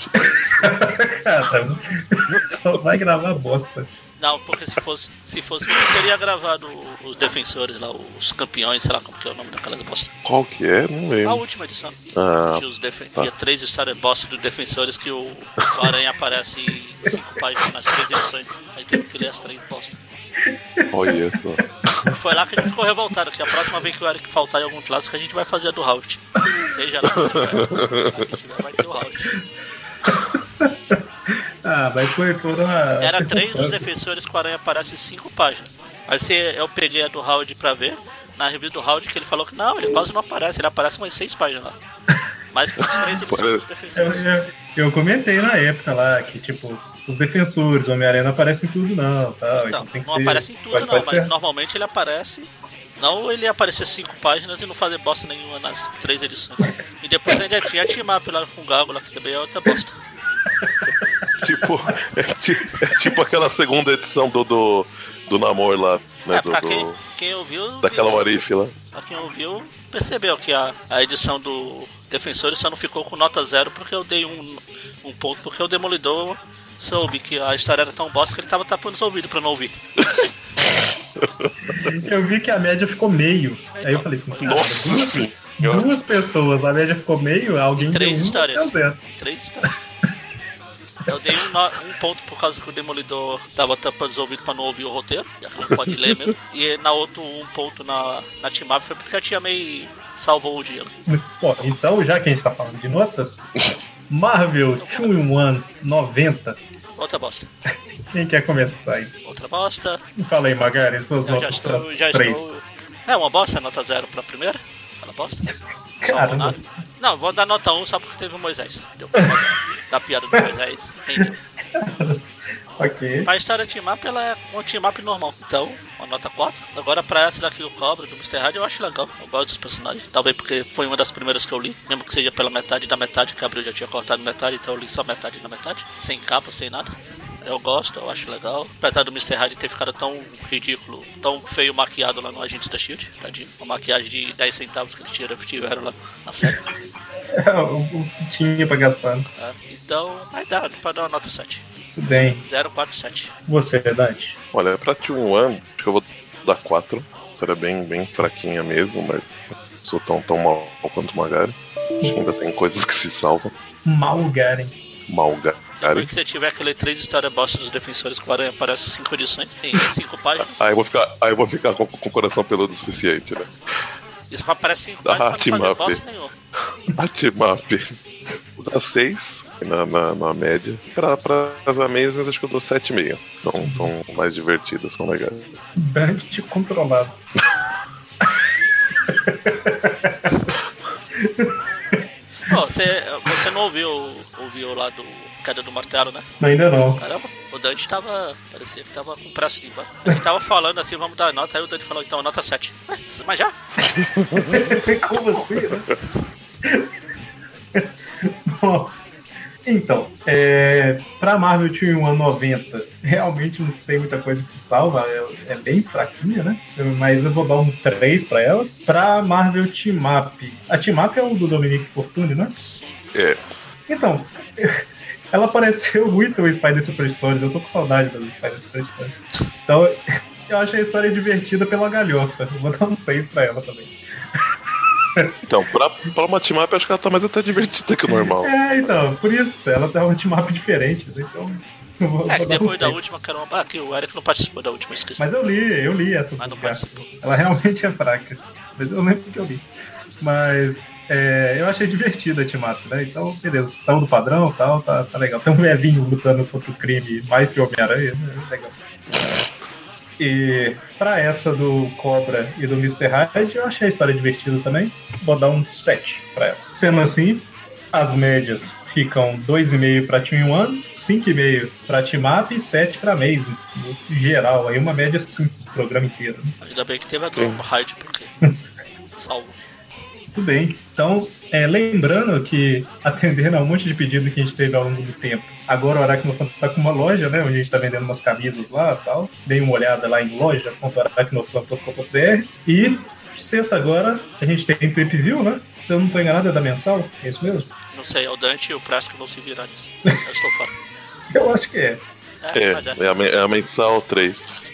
Cara, só vai gravar bosta.
Não, porque se fosse, se fosse, eu teria gravado os defensores lá, os campeões, sei lá como que é o nome daquelas bosta.
Qual que é? Não
A
lembro.
última edição.
Ah,
Tinha, os defen-
tá.
tinha três histórias bosta dos defensores que o, o Aranha aparece em cinco páginas nas três edições. Aí teve que ler as três bosta.
olha só.
Foi lá que a gente ficou revoltado, que a próxima vez que o Eric faltar em algum clássico, a gente vai fazer a do Halt. Seja lá o que tiver. A gente vai ter o Halt.
Ah, mas foi por uma.
Era três dos
circunstância.
defensores que o Aranha aparece em cinco páginas. Aí você- eu peguei a do Howard pra ver, na review do Howard, que ele falou que não, ele quase não aparece, ele aparece umas seis páginas lá. Mais que os três episódios dos
Eu,
defensores.
eu, eu comentei na época lá que, tipo, os defensores, Homem-Aranha não aparecem em tudo, não. Tal,
Então,
tem que
não
ser-
aparece em tudo
pode-
não,
pode ser-
mas normalmente ele aparece. Não ele ia aparecer cinco páginas e não fazer bosta nenhuma nas três edições. E depois ainda tinha a Team Up lá com o Gago lá, que também é outra bosta.
Tipo, é, ti- é tipo aquela segunda edição do, do, do Namor lá, né?
É,
Do,
pra quem,
do-
quem ouviu.
daquela
viu.
Warif lá.
Pra quem ouviu, percebeu que a, a edição do Defensores só não ficou com nota zero porque eu dei um, um ponto, porque o Demolidor soube que a história era tão bosta que ele tava tapando os ouvidos pra não ouvir.
Eu vi que a média ficou meio. Aí eu
Então,
falei assim, cara,
Nossa
duas,
senhora.
duas pessoas, a média ficou meio, alguém
E três
deu um,
histórias.
deu zero.
Três histórias. Eu dei um, no- um ponto por causa que o Demolidor tava tampando os ouvidos pra não ouvir o roteiro, já que não pode ler mesmo. E na outro, um ponto na, na Team Up foi porque a Tia May salvou o dia.
Muito bom. Então, já que a gente tá falando de notas, Marvel 2-in-1 90.
Outra bosta.
Quem quer começar aí?
Outra bosta.
Fala aí, Magari, suas
Eu já
notas
estou.
para
Já
três.
estou... É uma bosta, nota zero pra primeira. Fala bosta.
Cara,
Não, nada. Não, vou dar nota 1 só porque teve o Moisés. Deu pra da piada do Moisés. Entendeu?
ok.
A história de mapa ela é um team up normal. Então, uma nota 4. Agora pra essa daqui o Cobra, do Mr. Hyde, eu acho legal. Eu gosto dos personagens. Talvez porque foi uma das primeiras que eu li. Mesmo que seja pela metade da metade, que abriu já tinha cortado metade, então eu li só metade da metade. Sem capa, sem nada. Eu gosto, eu acho legal. Apesar do Mr. Hyde ter ficado tão ridículo, tão feio maquiado lá no Agentes da Shield, tadinho. Uma maquiagem de 10 centavos que eles tiveram- tiveram lá na série.
o o que tinha pra gastar.
tá? Então, vai dar, pra dar uma nota 7.
Tudo bem.
047.
Você, Dante?
Olha, é pra Tune One, acho que eu vou dar 4. Será é bem, bem fraquinha mesmo, mas não sou tão, tão mal quanto o Magari. Acho que ainda tem coisas que se salvam.
Malgaren.
Depois
Malgari.
que você tiver que ler três histórias bosta dos defensores com aranha, parece cinco edições, tem cinco páginas.
Aí eu vou ficar, aí eu vou ficar com, com o coração peludo o suficiente, né?
Isso só aparece cinco
Ah,
páginas pra não fazer
Timap.
bosta nenhuma.
Atmap. Vou dar 6 na, na, na média. Pra, pra as amazes, acho que eu dou 7,5. São, são mais divertidas, são legais.
Dante controlado.
Pô, você, você não ouviu, ouviu lá do Queda do Martelo, né?
Ainda não.
Caramba, o Dante tava. Parecia que tava com pressa de bar. Ele tava falando assim, vamos dar nota, aí o Dante falou, então, nota 7. Mas já?
Como assim? né? Bom, então, é, pra Marvel Team 190, realmente não tem muita coisa que se salva, é, é bem fraquinha, né? Eu- Mas eu vou dar um 3 pra ela. Pra Marvel Team Up, a Team Up é o do Dominic Fortune, né?
Sim.
É,
Então, ela pareceu muito o Spider Super Stories, eu tô com saudade das Spider Super Stories. Então, eu achei a história divertida pela galhofa, eu vou dar um 6 pra ela também.
então, pra, pra uma Atmap, acho que ela tá mais até divertida que o normal.
É, então, por isso, ela tem um ultimap diferente, assim, então. eu vou- vou
É que
dar um
depois da
seis.
última, cara, uma... ah, aqui, o Eric não participou da última, esqueci.
Mas eu li, eu li essa
Mas não
publicação.
participou.
Ela realmente é fraca. Mas eu lembro que eu li. Mas é, eu achei divertida a Timato, né? Então, beleza, tá do padrão tal, tá, tá legal. Tem um velhinho lutando contra o crime mais que o Homem-Aranha, né? Legal. E pra essa do Cobra e do Mr. Hyde, eu achei a história divertida também. Vou dar um 7 pra ela. Sendo assim, as médias ficam 2,5 pra Team One, 5,5 pra Team Up e 7 pra Maze. No geral, aí uma média 5 pro programa inteiro. né?
Ainda bem que teve a do Hyde, porque. Salvo.
Muito bem. Então, é, lembrando que, atendendo a um monte de pedido que a gente teve ao longo do tempo, agora o Aracnofan tá com uma loja, né? Onde a gente tá vendendo umas camisas lá e tal. Dei uma olhada lá em loja.aracnofan.com.br e. Sexta agora, a gente tem Trip View, né? Se eu não tô enganado, é da mensal? É isso mesmo?
Não sei, é o Dante e o Prático não se viraram nisso. Eu estou fora.
Eu acho que é.
É,
É,
mas é.
é a, men- é a mensal 3.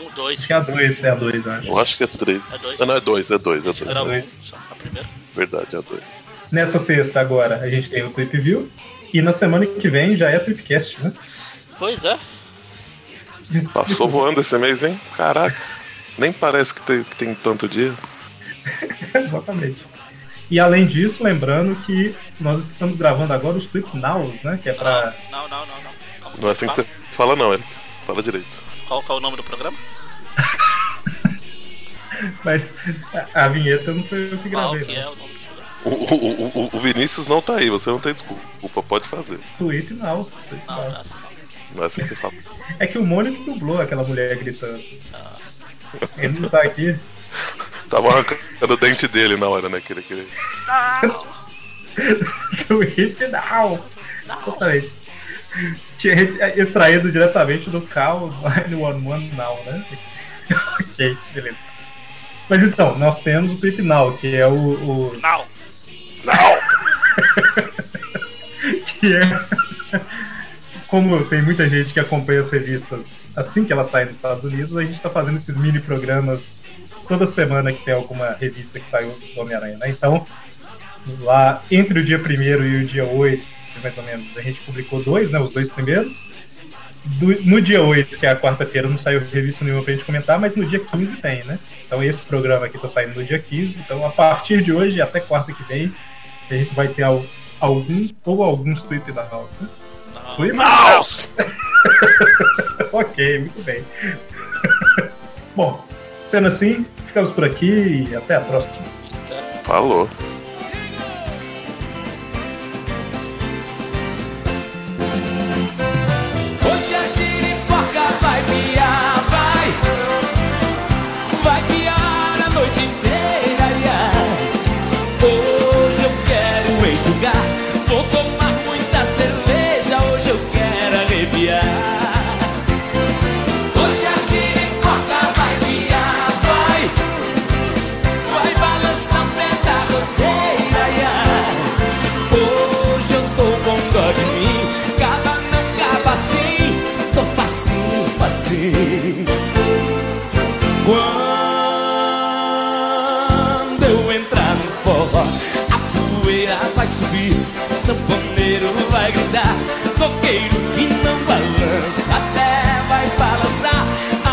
Um, dois.
Acho que é a 2, é a 2, eu acho.
Eu acho que é 3.
É dois.
Ah, não, é 2, é 2, é 2.
Era um, só a primeira.
Verdade, é 2.
Nessa sexta agora a gente tem o Trip View. E na semana que vem já é Tripcast, né?
Pois é.
Passou voando esse mês, hein? Caraca. Nem parece que tem, que tem tanto dia.
Exatamente. E além disso, lembrando que nós estamos gravando agora os Trip Nows, né? Que é pra.
Não, não, não, não.
Não é assim que
Tá.
você fala, não, Eric. Fala direito.
Qual que é o nome do programa?
Mas a, a vinheta não foi eu que
Qual
gravei. né?
que
não.
é o nome do programa?
O, o, o- o Vinícius não tá aí, você não tem desculpa, pode fazer.
é.
Trip Now. Trip
Não,
Now.
não é assim, não.
Não é assim que você fala.
É que o Mônico dublou aquela mulher gritando.
Ah.
Ele não tá aqui.
Tava arrancando o dente dele na hora, né? Que ele, que ele-
Trip Now! Exatamente. Tinha é, extraído diretamente do Cal 911 Now, né? ok, beleza. Mas então, nós temos o Trip Now, que é o- o
Não.
Não!
que é. Como tem muita gente que acompanha as revistas assim que elas saem dos Estados Unidos, a gente está fazendo esses mini programas toda semana que tem alguma revista que saiu do Homem-Aranha, né? Então, lá entre o dia 1 e o dia 8 mais ou menos. A gente publicou dois, né? Os dois primeiros. Do- no dia 8, que é a quarta-feira, não saiu revista nenhuma pra gente comentar, mas no dia 15 tem, né? Então esse programa aqui tá saindo no dia 15. Então a partir de hoje, até quarta que vem, a gente vai ter al- algum ou alguns Twitter da House, né?
Não.
Fui?
Nossa!
ok, muito bem. Bom, sendo assim, ficamos por aqui e até a próxima.
Falou.
Hoje a giripoca vai piar, vai Vai piar a noite inteira, ia. Hoje eu quero enxugar Vou tomar muita cerveja, hoje eu quero arrepiar Hoje a giripoca vai piar, vai Vai balançar o pé da roseira, ia. Hoje eu tô com dó de mim Caba não caba assim Tô facinho, facinho Quando eu entrar no forró A poeira vai subir Sanfoneiro vai gritar Toqueiro que não balança Até vai balançar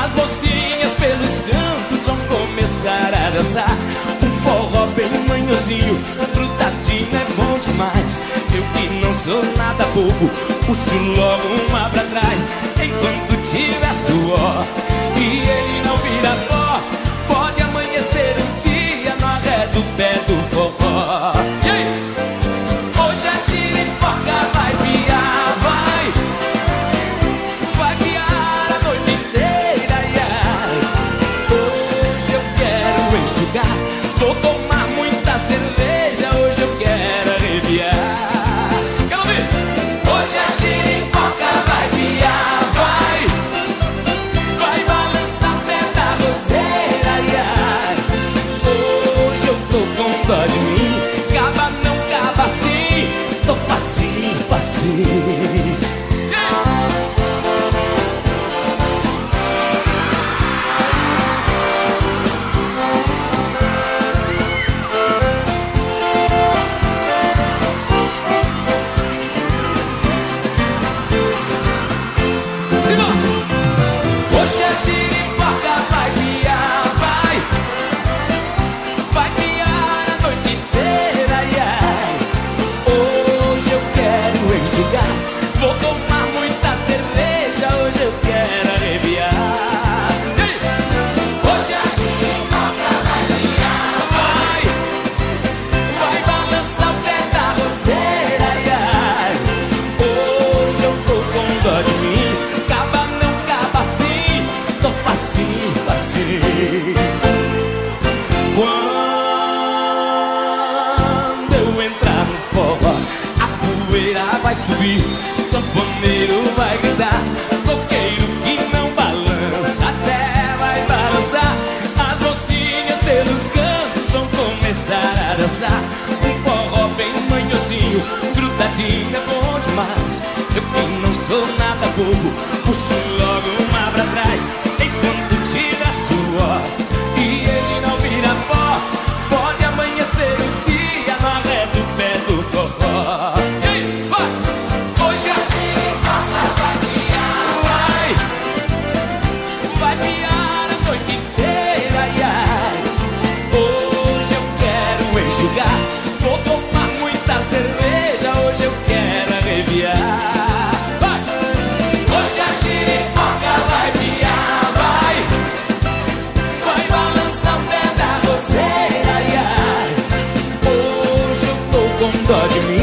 As mocinhas pelos cantos Vão começar a dançar Um forró bem manhozinho Grudadinho é bom demais Eu que não sou nada bobo Puxo logo uma pra trás Enquanto tiver suor E ele não vira pó Pode amanhecer um dia No arré do pé do forró E aí? Hoje a giripoca vai piar, vai Vai piar a noite inteira, ia. Hoje eu quero enxugar Vou tomar muita cerveja Hoje eu quero arrepiar Quero ouvir! Hoje a giripoca vai piar, vai Vai balançar pé da roseira, ia. Hoje eu tô com dó de mim Caba não caba assim Tô facinho, facinho Yeah! De novo. Hoje a giripoca vai guiar, vai Vai guiar a noite inteira, yeah. Hoje eu quero enxugar Vou tomar muita cerveja Hoje eu quero arrepiar Ei! Hoje a giripoca vai guiar, vai Vai balançar o pé da roseira, yeah. Hoje eu tô com dó de mim Caba não caba assim Tô facinho, facinho Quando eu entrar no forró A poeira vai subir Sanfoneiro vai gritar Coqueiro que não balança Até vai balançar As mocinhas pelos cantos Vão começar a dançar Um forró bem manhozinho Grudadinho é bom demais Eu que não sou nada bobo Puxo logo uma pra trás Enquanto tira suor E ele não vira pó Pode amanhecer um dia Na ré do pé do forró E aí, vai! Hoje a gente vai guiar Vai! Vai piar a noite inteira, iai. Hoje eu quero enxugar Vou tomar muita cerveja Hoje eu quero arrepiar Vai! Hoje a giripoca vai piar, vai Vai balançar o pé da roseira, iai. Hoje eu tô com dó de mim assim.